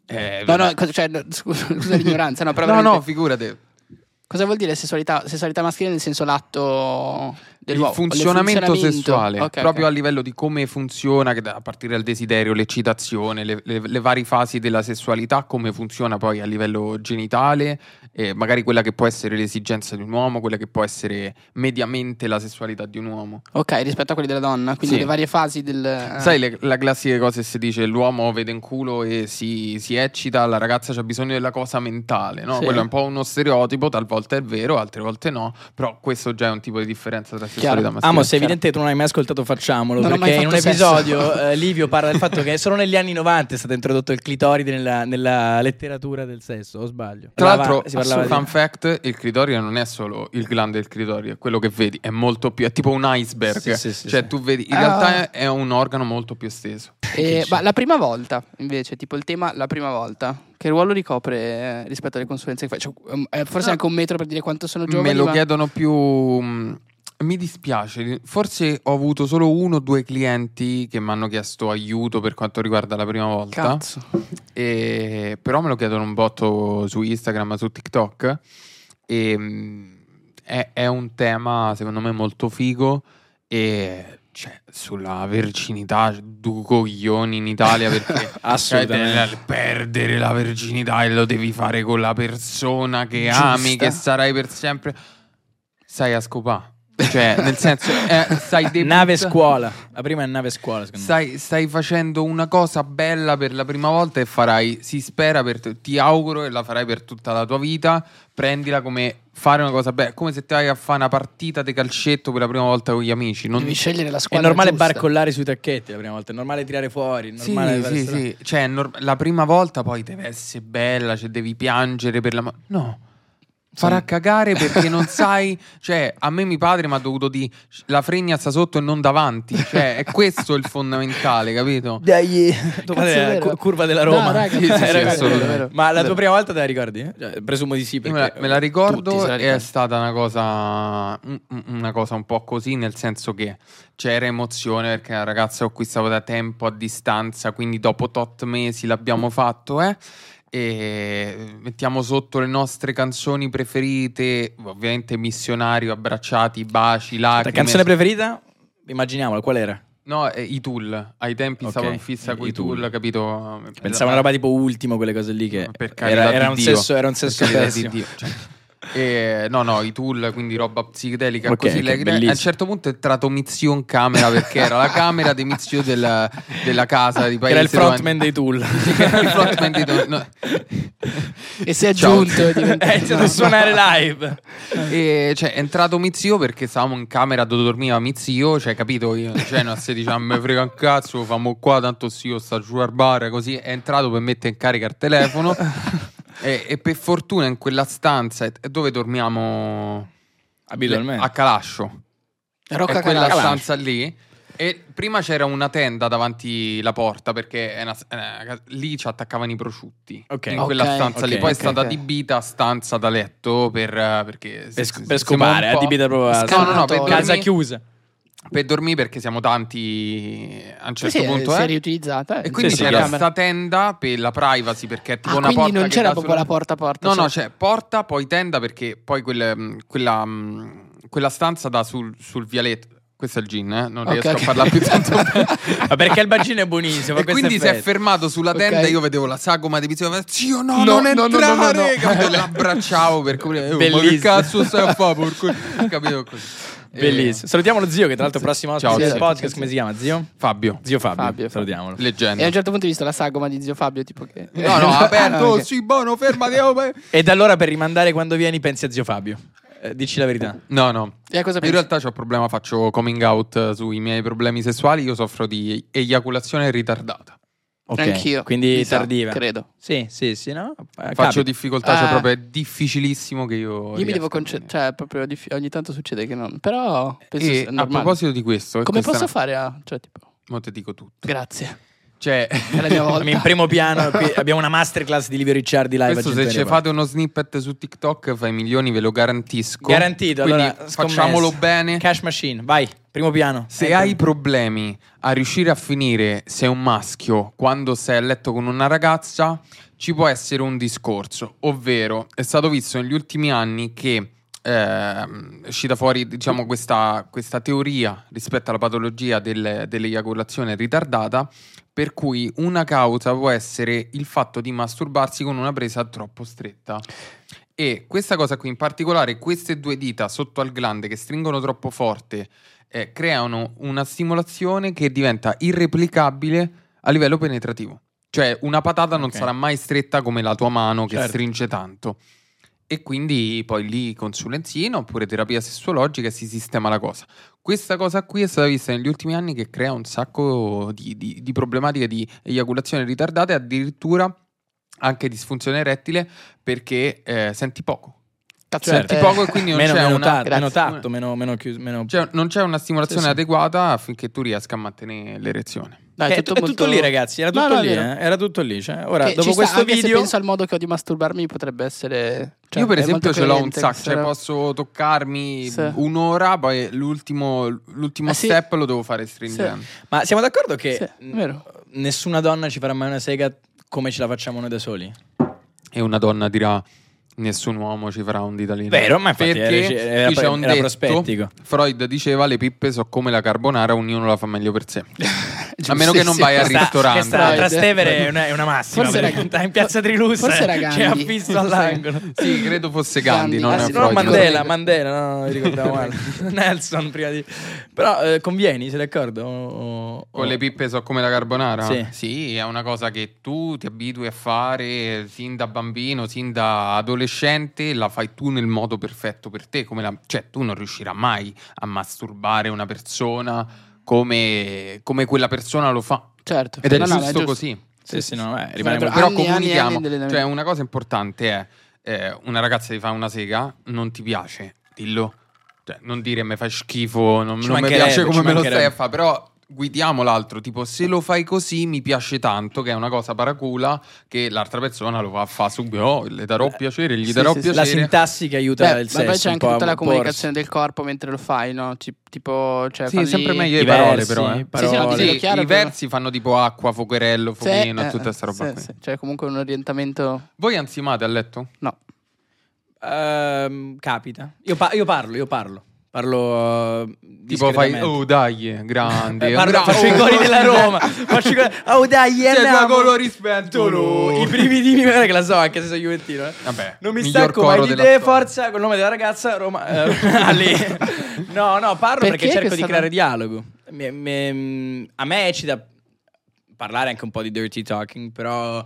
Eh,
No, no, cosa- cioè, no, scusa, scusa l'ignoranza, no, però
no,
veramente-
no, figurate.
Cosa vuol dire sessualità, sessualità maschile nel senso l'atto dell'uomo?
il funzionamento,
funzionamento?
sessuale,
Ok, ok.
proprio a livello di come funziona, che da- a partire dal desiderio, l'eccitazione, le, le- le varie fasi della sessualità, come funziona poi a livello genitale, eh, magari quella che può essere l'esigenza di un uomo, quella che può essere mediamente la sessualità di un uomo.
Ok, rispetto a quelli della donna, quindi
Sì.
le varie fasi del... eh,
Sai le- la classica cosa che si dice l'uomo vede in culo e si, si eccita, la ragazza ha bisogno della cosa mentale, no?
Sì.
Quello è un po' uno stereotipo, talvolta è vero, altre volte no, però questo già è un tipo di differenza tra sessualità maschile
Amo, se è
Chiaro.
evidente che tu non hai mai ascoltato, facciamolo.
Non ho
perché
mai
in un
fatto sesso.
episodio eh, Livio parla del fatto che solo negli anni 90 è stato introdotto il clitoride nella, nella letteratura del sesso, o sbaglio?
Tra
Parlava-
l'altro,
si parlava di-
fun fact, il clitorio non è solo il glande del clitorio, è quello che vedi, è molto più, è tipo un iceberg.
Sì, sì, sì,
cioè,
sì.
tu vedi, in
Ah.
realtà è, è un organo molto più esteso.
Eh,
Che
ma la prima volta, invece, tipo il tema la prima volta, che ruolo ricopre eh, rispetto alle consulenze che fai? Cioè, um, eh, forse anche un metro per dire quanto sono giovane.
Me lo
ma-
chiedono più. mh, Mi dispiace, forse ho avuto solo uno o due clienti che mi hanno chiesto aiuto per quanto riguarda la prima volta.
Cazzo.
E- però me lo chiedono un botto su Instagram, su TikTok. mm, E, mh, è, è un tema, secondo me, molto figo. E cioè, sulla verginità, due coglioni in Italia perché
Assolutamente.
cioè, te- perdere la verginità e lo devi fare con la persona che
Giusta.
ami, che sarai per sempre. Stai a scopà. Cioè, nel senso, eh, stai debut-
Nave scuola. La prima è nave scuola, secondo me.
Stai, stai facendo una cosa bella per la prima volta e farai, si spera, per te- ti auguro e la farai per tutta la tua vita. Prendila come fare una cosa bella, come se te vai a fare una partita di calcetto per la prima volta con gli amici. Non,
Devi scegliere la
È
squadra.
normale
giusta.
barcollare sui tacchetti la prima volta, è normale tirare fuori, è
Sì,
normale fare
sì,
strano.
sì. Cioè, nor- la prima volta poi deve essere bella, cioè devi piangere per la... ma- no, farà
Sì.
cagare perché non sai... Cioè, a me mio padre mi ha dovuto dire la fregna sta sotto e non davanti. Cioè, è questo il fondamentale, capito?
Dai, eh, tu
Cazzo, è
padre,
vero.
cu- curva della
No,
Roma.
raga,
Sì, sì, sì,
Era quello.
assolutamente.
Ma la tua
Vero.
prima volta te la ricordi? eh? Cioè, presumo di sì.
Io
Perché eh,
me la, me la
Tutti
ricordo
se la
e è
ricordano.
stata una cosa, un- una cosa un po' così, nel senso che c'era emozione perché la ragazza con cui stavo da tempo a distanza, quindi dopo tot mesi l'abbiamo fatto, eh. E mettiamo sotto le nostre canzoni preferite, ovviamente missionario, abbracciati, baci,
La
lacrime.
canzone preferita? Immaginiamola, qual era?
No, eh, i Tool, ai tempi
Ok,
stavo in fissa
i-
con
i
i Tool,
Tool.
capito?
Pensavo a una roba tipo ultimo, quelle cose lì che
Esatto. Per carità
era,
di
era un
Dio.
sesso, era un
Per
sesso
carità di
pessimo.
Dio, cioè. E, no, no, i tool, quindi roba psichedelica.
Ok,
così
che
lei-
bellissimo.
a un certo punto è entrato Mizio in camera perché era la camera di Mizio della, della casa di
Che
paese.
era il frontman
dove-
dei Tool.
Sì, era il frontman dei Tool, no.
E si è
Ciao.
aggiunto. è diventato-
È iniziato a suonare live.
E, cioè, è entrato Mizio perché stavamo in camera dove dormiva Mizio. Cioè, capito? Io, cioè, no, se diciamo, me frega un cazzo, lo famo qua, tanto sì, io sta giù al bar. Così è entrato per mettere in carica il telefono. e, e per fortuna in quella stanza eh, dove dormiamo
Abitualmente.
a Calascio.
Rocca
è quella
Calà.
stanza lì. E prima c'era una tenda davanti la porta perché è una- è una- lì ci attaccavano i prosciutti.
Ok.
In quella
Ok,
stanza lì.
ok,
Poi
ok.
è stata adibita stanza da letto per, eh, perché
Per,
se-
sc-
se-
per
siamo
scopare,
un po'
adibita proprio a
No, no, no, per
Scantatoio.
casa
dormire-
chiusa.
per dormire perché siamo tanti a un
Sì,
certo
sì,
punto.
si è
eh.
riutilizzata. eh.
E quindi
Sì, sì,
c'era
chiaro.
sta tenda per la privacy perché è tipo
Ah,
una
quindi
porta
non
che
c'era
dà
proprio
sulla-
la porta a porta.
No,
cioè-
no, c'è porta, poi tenda perché poi quel, mh, quella, mh, quella stanza dà sul, sul vialetto. Questo è il gin, eh? non
Ok,
riesco
ok.
a parlare più tanto.
Ma perché il bacino è buonissimo.
e
questo
quindi si è
freddo.
fermato sulla tenda
Ok.
e io vedevo la sagoma di Pizzio. Zio, no,
No,
non
no, no, no,
entrare!
no, no.
capito? L'abbracciavo per coprire. "Eh, ma che
Bellissimo.
cazzo stai a fare? porco?" Capito così. Eh,
Bellissimo. Salutiamo lo zio, che tra l'altro è il prossimo ospite
Ciao,
del
zio.
podcast. Come si chiama, zio?
Eh, Fabio,
Zio Fabio.
Fabio.
Salutiamolo.
E a
leggenda.
un certo punto ho visto la sagoma di zio Fabio, tipo che...
No, no, ha aperto.
Ah,
"Oh,
ok.
Sì, buono, fermati. oh, beh."
E da allora per rimandare quando vieni pensi a zio Fabio. Eh, dici la verità.
No, no.
E a cosa
In
pensi?
realtà c'ho un problema, faccio coming out eh, sui miei problemi sessuali, io soffro di eiaculazione ritardata.
Eh,
Ok.
Anch'io.
Quindi
mi sa,
tardiva.
credo.
Sì, sì, sì, no? Eh,
Faccio
capita.
difficoltà, cioè
Ah.
proprio è difficilissimo che io...
Io mi
riesca
devo
a
concentrare,
venire.
cioè proprio dif- ogni tanto succede che non... Però penso
E
sia
a
normale.
proposito di questo...
Come
questa è
posso
una-
fare a... Cioè, tipo,
Mo te dico tutto.
grazie.
Cioè,
È la mia volta.
Siamo in primo piano, qui abbiamo una masterclass di Livio Ricciardi live.
questo
a
se
Gentile
ci
Park.
fate uno snippet su TikTok fai milioni, ve lo garantisco.
Garantito,
Quindi
allora scommessa.
facciamolo bene.
Cash machine, vai, primo piano.
Se
Entri.
hai problemi a riuscire a finire se è un maschio quando sei a letto con una ragazza, ci può essere un discorso, ovvero è stato visto negli ultimi anni che ehm, è uscita fuori diciamo, questa, questa teoria rispetto alla patologia del- dell'eiaculazione ritardata, per cui una causa può essere il fatto di masturbarsi con una presa troppo stretta. E questa cosa qui in particolare, queste due dita sotto al glande che stringono troppo forte, eh, creano una stimolazione che diventa irreplicabile a livello penetrativo. Cioè una patata non
Ok.
sarà mai stretta come la tua mano che
Certo.
stringe tanto. E quindi poi lì consulenzino oppure terapia sessuologica e si sistema la cosa. Questa cosa qui è stata vista negli ultimi anni che crea un sacco di, di- di problematiche di eiaculazione ritardata e addirittura anche disfunzione erettile perché eh, senti poco.
Cazzo,
Certo.
Senti
eh,
poco e quindi non
meno,
c'è
meno,
una...
tatto,
grazie.
meno tatto, meno, meno chiuso, meno...
Cioè, non c'è una stimolazione
Sì, sì.
adeguata affinché tu riesca a mantenere l'erezione.
dai,
Eh, è,
molto-
tutto lì ragazzi, era
No,
tutto
no, è
lì,
vero.
eh, era tutto lì. cioè. Ora,
Che ci
dopo
sta,
questo
anche se
video...
penso al modo che ho di masturbarmi potrebbe essere... cioè,
Io, per
è
esempio,
molto
ce l'ho un
coerente
sacco,
questa
cioè
roba.
posso toccarmi
Sì.
un'ora, poi l'ultimo, l'ultimo
Eh sì.
step lo devo fare stringendo.
Ma siamo d'accordo che
Sì, è
n-
vero.
nessuna donna ci farà mai una sega come ce la facciamo noi da soli?
E una donna dirà: nessun uomo ci farà un ditalino.
Vero, ma infatti
Perché
era- era-
qui c'è un
era
detto,
prospettico.
Freud diceva le pippe sono come la carbonara, ognuno la fa meglio per sé. a meno che non
Giustissimo.
vai al
Questa-
ristorante.
Questa a
Freud.
Trastevere è una, è una massima.
Forse
perché
era-
sta in piazza Trilussa
forse era
C'è
Gandhi.
affisso
Forse-
all'angolo.
Sì, credo fosse Gandhi,
Gandhi.
non
Ah, sì,
è
no,
Freud.
Mandela,
corretto.
Mandela, no, no, mi ricordavo male. Nelson prima di... Però eh, convieni, sei d'accordo? O- o-
Con le pippe so come la carbonara?
Sì.
è una cosa che tu ti abitui a fare sin da bambino, sin da adolescente, la fai tu nel modo perfetto per te. Come la- cioè, tu non riuscirai mai a masturbare una persona come, come quella persona lo fa.
Certo.
Ed è
No, no, ma
giusto così.
Sì, sì, no, eh, rimane
Sarebbero
molto...
Però
anni, anni,
comunichiamo.
anni delle-
cioè, una cosa importante è eh, una ragazza ti fa una sega, non ti piace, dillo. Cioè, non dire mi fai schifo, non,
Ci
non mi
mancherebbe,
piace come
ci
me lo stai a
mancherebbe.
fare, però guidiamo l'altro, tipo se lo fai così mi piace tanto, che è una cosa paracula che l'altra persona lo va a fare subito, oh, le darò piacere, gli
sì,
darò
sì, sì.
La
piacere.
sintassi che
Beh,
aiuta il
ma
sesso.
poi c'è
un
anche
po'
tutta
a
la
porsi.
comunicazione del corpo mentre lo fai, no? Ci- Tipo, cioè,
Sì,
farli-
sempre meglio le parole
Diversi,
però. eh.
parole.
Sì, sì, no,
Sì,
dillo chiaro,
I
però-
versi fanno tipo acqua, fuocherello,
Sì,
fuochino,
eh,
tutta sta roba
sì,
qui.
sì. Cioè, comunque un orientamento...
Voi ansimate a letto?
No.
Ehm, capita. Io, pa- io parlo, io parlo. Parlo eh,
Tipo fai,
discretamente.
oh dai, grande.
Eh, parlo-
bra-
faccio i
oh,
gol della
grande."
Roma. faccio i gol- Oh dai,
Cioè,
C'è
andiamo.
due colori spento.
I primitini, guarda che la so anche se sono Juventino. eh.
Vabbè,
Non mi
miglior
stacco
coro
mai di
della
te,
storia.
forza, col nome della ragazza, Roma, eh, Ali. No, no, parlo perché,
Perché
cerco di
questa-
creare dialogo. Mi- mi- a me eccita parlare anche un po' di dirty talking, però...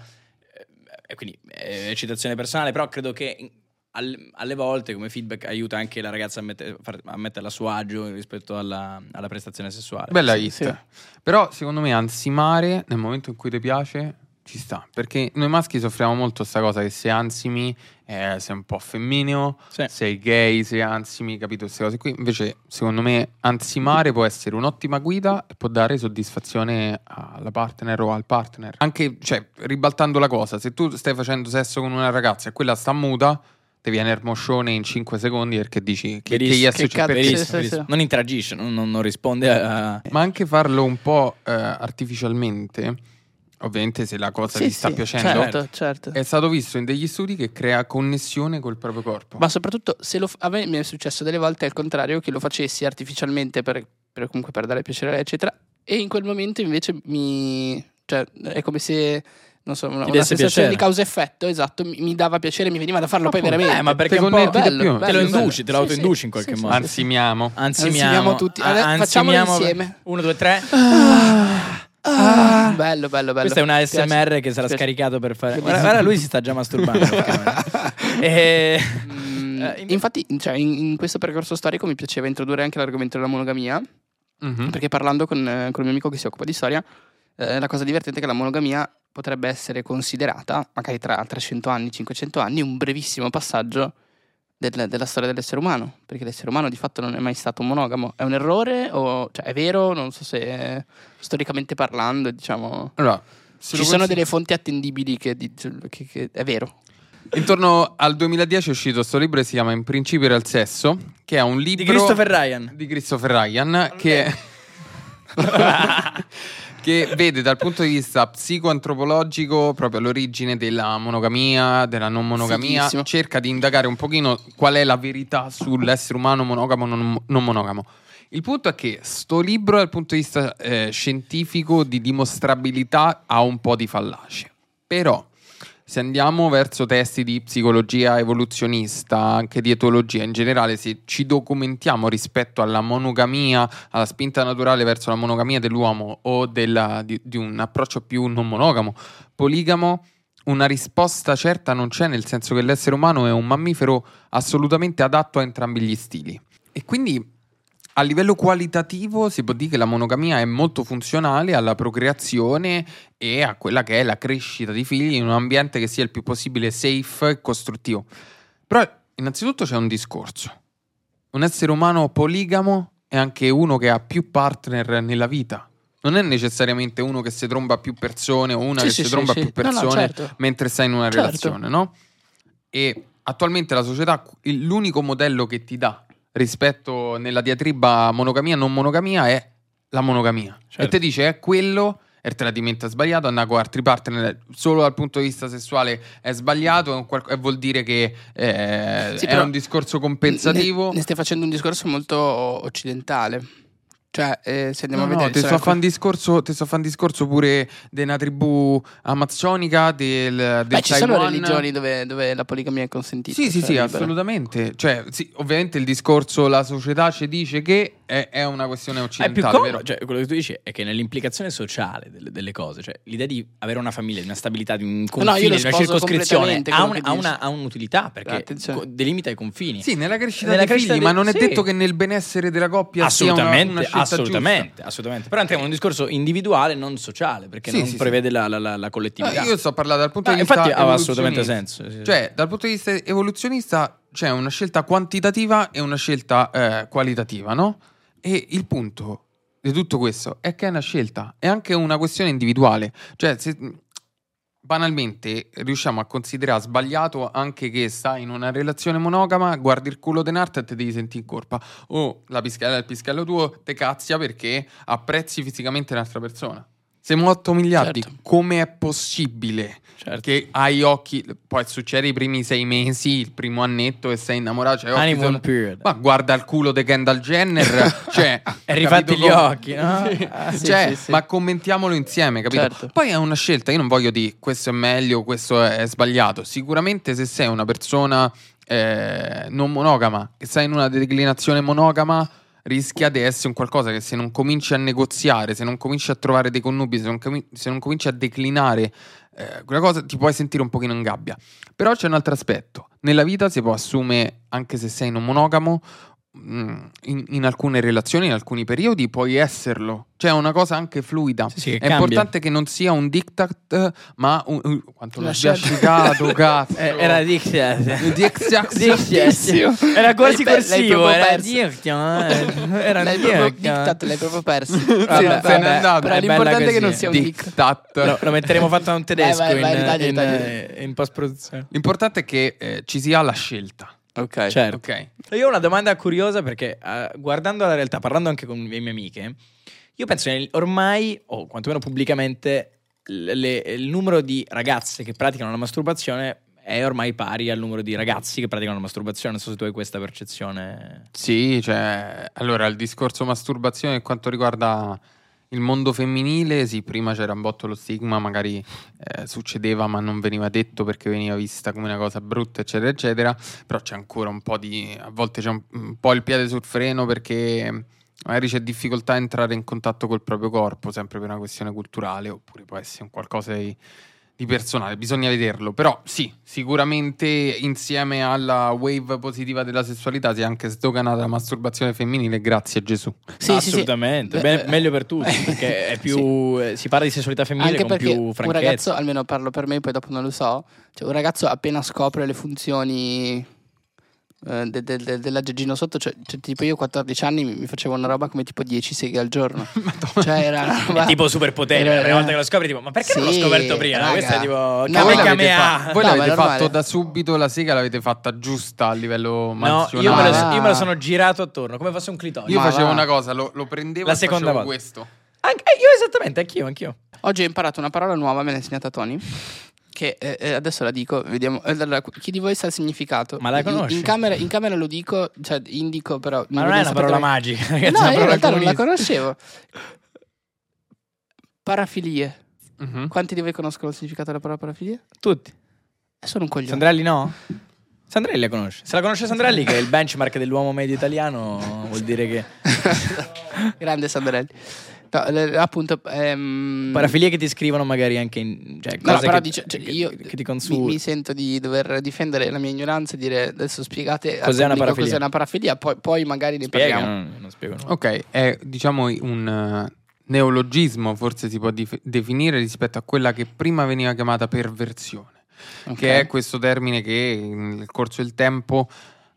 eh, quindi eh, eccitazione personale, però credo che... in- al- alle volte come feedback aiuta anche la ragazza a, mette- far- a metterla a suo agio rispetto alla, alla prestazione sessuale.
Bella
Sì.
hit.
sì.
Però secondo me ansimare nel momento in cui ti piace ci sta. Perché noi maschi soffriamo molto sta cosa che se ansimi eh, sei un po' femmineo,
Sì.
Eh.
sei gay, se ansimi, capito queste cose qui. Invece secondo me ansimare può essere un'ottima guida e può dare soddisfazione alla partner o al partner. Anche, cioè, ribaltando la cosa, se tu stai facendo sesso con una ragazza e quella sta muta, ti viene il moscione in 5 secondi perché dici che, che gli
Verissimo.
è
Che
successo.
cazzo-
Perché-
Verissimo,
Sì, sì,
verissimo.
sì.
Non interagisce, non, non- non risponde a...
ma anche farlo un po' eh, artificialmente, ovviamente se la cosa ti sta piacendo, Eh.
certo, certo.
è stato visto in degli studi che crea connessione col proprio corpo.
Ma soprattutto se lo f- a me mi è successo delle volte al contrario che lo facessi artificialmente per, per comunque per dare piacere a lei, eccetera. E in quel momento invece mi. cioè, è come se. Non so, una,
Ti
una
desse piacere.
sensazione di causa-effetto, esatto, mi, mi dava piacere, mi veniva da farlo poi
Appunto.
veramente.
Eh, ma perché
Te
un po'
connetti di
bello,
più.
te lo
bello,
induci, te lo
bello.
autoinduci in
Sì, sì,
qualche
sì,
modo.
sì, sì.
Ansimiamo.
Ansimiamo,
Ansimiamo tutti. Adesso facciamolo insieme.
1, 2, 3.
Ah, bello, bello, bello.
Questa è una
Mi piace.
SMR che sarà
Mi piace.
scaricato per fare.
Che
Guarda,
bello.
guarda, lui si sta già masturbando. e...
Mm,
Eh, in-
infatti, cioè, in, in questo percorso storico mi piaceva introdurre anche l'argomento della monogamia.
Mhm.
Perché parlando con, eh, con il mio amico che si occupa di storia, eh, la cosa divertente è che la monogamia potrebbe essere considerata, magari tra 300 anni, 500 anni, un brevissimo passaggio del- della storia dell'essere umano. Perché l'essere umano di fatto non è mai stato monogamo. È un errore? O, cioè, è vero? Non so se eh, storicamente parlando, diciamo.
Allora, se
Ci
lo
sono
consi-
delle fonti attendibili che, di- che- che- è vero.
Intorno al 2010 è uscito questo libro che si chiama In principio era il sesso, che è un libro
Di Christopher Ryan.
di Christopher Ryan che, che vede dal punto di vista psicoantropologico proprio l'origine della monogamia, della non monogamia,
Fighissimo.
cerca di indagare un pochino qual è la verità sull'essere umano monogamo o non, non monogamo. Il punto è che sto libro dal punto di vista eh, scientifico di dimostrabilità ha un po' di fallacie, però se andiamo verso testi di psicologia evoluzionista, anche di etologia in generale, se ci documentiamo rispetto alla monogamia, alla spinta naturale verso la monogamia dell'uomo o della- di, di un approccio più non monogamo, poligamo, una risposta certa non c'è, nel senso che l'essere umano è un mammifero assolutamente adatto a entrambi gli stili. E quindi a livello qualitativo si può dire che la monogamia è molto funzionale alla procreazione e a quella che è la crescita di figli in un ambiente che sia il più possibile safe e costruttivo. Però innanzitutto c'è un discorso. Un essere umano poligamo è anche uno che ha più partner nella vita. Non è necessariamente uno che si tromba più persone o una
Sì,
che
sì,
si
sì,
tromba
sì.
più
No, no,
persone
certo.
mentre stai in una
Certo.
relazione, no? E attualmente la società, il- l'unico modello che ti dà rispetto nella diatriba monogamia non monogamia è la monogamia.
Certo.
E te dice è quello è tradimento è sbagliato, andare con altri partner solo dal punto di vista sessuale è sbagliato, è un qual- e vuol dire che eh,
Sì,
è
però-
un discorso compensativo.
Ne, ne stai facendo un discorso molto occidentale. Cioè, eh, se andiamo
No,
a
no,
vedere...
te
ci
sto a
sono
fare un discorso, te sto a fa' un discorso pure di una tribù amazzonica del, del
Beh, ci sono
Taiwan.
religioni dove, dove la poligamia è consentita.
Sì, sì,
cioè,
sì,
libera.
assolutamente. Cioè, sì, ovviamente il discorso, la società ci dice che è, è una questione
È più
occidentale,
comodo,
vero?
cioè, quello che tu dici è che nell'implicazione sociale delle, delle cose, cioè l'idea di avere una famiglia, di una stabilità, di un confine,
io lo
di una
sposo
circoscrizione
completamente
ha,
quello
un-
che
ha
dici.
una- ha un'utilità perché
Attenzione.
co- delimita i confini.
Sì, nella crescita
Nella
dei
crescita
figli,
dei-
ma non è
sì.
detto che nel benessere della coppia sia una,
assolutamente,
una scelta
assolutamente, assolutamente. Però entriamo in un discorso individuale, non sociale, perché
Sì,
non
sì, sì.
prevede la, la- la- la
giusta.
collettività.
No, Eh, io sto parlando dal punto
Ah,
di vista
infatti ha assolutamente
evoluzionista.
senso. sì, sì.
Cioè, dal punto di vista evoluzionista c'è una scelta quantitativa e una scelta eh, qualitativa, no? E il punto di tutto questo è che è una scelta, è anche una questione individuale. Cioè, se banalmente riusciamo a considerare sbagliato anche che stai in una relazione monogama, guardi il culo di un'altra e te devi sentire in colpa. O la piscella del pischello tuo te cazzia perché apprezzi fisicamente un'altra persona. Siamo 8 miliardi,
Certo.
come è possibile?
Certo.
Perché hai occhi, poi succede i primi sei mesi, il primo annetto e sei innamorato, cioè occhi
Honeymoon
sono-
period.
ma guarda il culo di Kendall Jenner, cioè...
E rifatti
capito
gli
come-
occhi, no?
Sì.
Ah, sì,
Cioè,
sì, sì.
ma commentiamolo insieme, capito?
Certo.
Poi è una scelta, io non voglio dire questo è meglio, questo è è sbagliato. Sicuramente se sei una persona eh, non monogama e sei in una declinazione monogama, rischia di essere un qualcosa che se non cominci a negoziare, se non cominci a trovare dei connubi, se non, comi- se non cominci a declinare eh, quella cosa, ti puoi sentire un pochino in gabbia. Però c'è un altro aspetto. Nella vita si può assumere, anche se sei non monogamo, mh, in, in alcune relazioni, in alcuni periodi puoi esserlo. Cioè è una cosa anche fluida.
Sì, sì, che
è
cambia.
importante che non sia un diktat, eh, ma un... un- quanto l'ho
Una scelta.
sbiascicato, cazzo!
Eh, Era eh, Dixie.
Dixie.
Dixie.
Era quasi
L'hai pe- l'hai
corsivo,
proprio
era
perso.
Dixie. Era
L'hai proprio
Dixie.
diktat, l'hai proprio perso.
se n'è andato.
Però
È
bella
l'importante è
così,
che non
eh.
sia un dick.
Diktat.
Lo, lo metteremo fatto da un tedesco
Vai, vai, vai,
in,
tagli,
in- eh,
tagli.
in post-produzione.
L'importante è che eh, ci sia la scelta.
Ok.
Certo.
Ok.
Io ho una domanda curiosa perché eh, guardando la realtà, parlando anche con le mie amiche, io penso che ormai, o quantomeno pubblicamente, l- le- il numero di ragazze che praticano la masturbazione è ormai pari al numero di ragazzi che praticano la masturbazione. Non so se tu hai questa percezione.
Sì, cioè, allora il discorso masturbazione per quanto riguarda il mondo femminile, sì, prima c'era un botto lo stigma, magari eh, succedeva ma non veniva detto perché veniva vista come una cosa brutta, eccetera, eccetera, però c'è ancora un po' di, a volte c'è un, un po' il piede sul freno perché magari c'è difficoltà a entrare in contatto col proprio corpo, sempre per una questione culturale, oppure può essere un qualcosa di, di personale, bisogna vederlo, però sì, sicuramente insieme alla wave positiva della sessualità si è anche sdoganata la masturbazione femminile, grazie a Gesù.
Sì, sì, sì.
Assolutamente.
Beh,
Be-
eh,
meglio per tutti
eh,
perché è
sì.
più, eh, si parla di sessualità femminile
Anche
con
perché
più
un
franchezza.
ragazzo, almeno parlo per me, poi dopo non lo so. Cioè, un ragazzo appena scopre le funzioni eh, de- de- de- dell'aggeggino sotto, cioè, cioè, tipo io a 14 anni mi, mi facevo una roba come tipo 10 seghe al giorno. Cioè, era una roba-
È tipo superpotere,
Era-
la prima volta che lo scopri tipo, ma perché non l'ho
Eh, Sì,
scoperto prima?
raga.
Questo è tipo,
No,
Kame
voi
ma-
l'avete, fa-
Kamea.
voi
No, ma è
l'avete
normale.
fatto da subito la sega, l'avete fatta giusta a livello
No,
manzionale.
io me,
Ah.
lo, io me lo sono girato attorno come fosse un clitorio.
Io
Ma
facevo
va.
una cosa, lo, lo prendevo
La
e
seconda
facevo
volta.
questo.
Anche- eh, io esattamente, anch'io, anch'io.
Oggi ho imparato una parola nuova, me l'ha insegnata Tony. Che eh, eh, adesso la dico, vediamo. eh, allora, chi di voi sa il significato?
Ma la
In-
conosci?
In, camera, in camera lo dico, cioè indico, però.
Ma non è una
sapete
parola
voi.
magica, ragazzi, è
No,
una
io in
parola
realtà non la
comunista.
conoscevo. Parafilie.
Mhm.
Quanti di voi conoscono il significato della parola parafilia?
Tutti.
Eh, Sono un coglione.
Sandrelli no? Sandrelli la conosce. Se la conosce Sandrelli, che è il benchmark dell'uomo medio italiano, vuol dire che...
Grande Sandrelli. No, l- appunto. ehm,
Parafilie che ti scrivono magari anche in... Cioè,
No,
cose
però
che,
dice- cioè,
che-
io
che ti
mi,
consultano.
mi sento di dover difendere la mia ignoranza e dire adesso spiegate al
Cos'è una
pubblico
parafilia?
cos'è una parafilia, poi, poi magari ne
Spiega,
parliamo.
non, non spiego. nulla.
Ok, è diciamo un eh, neologismo, forse si può dif- definire rispetto a quella che prima veniva chiamata perversione,
Ok.
che è questo termine che nel corso del tempo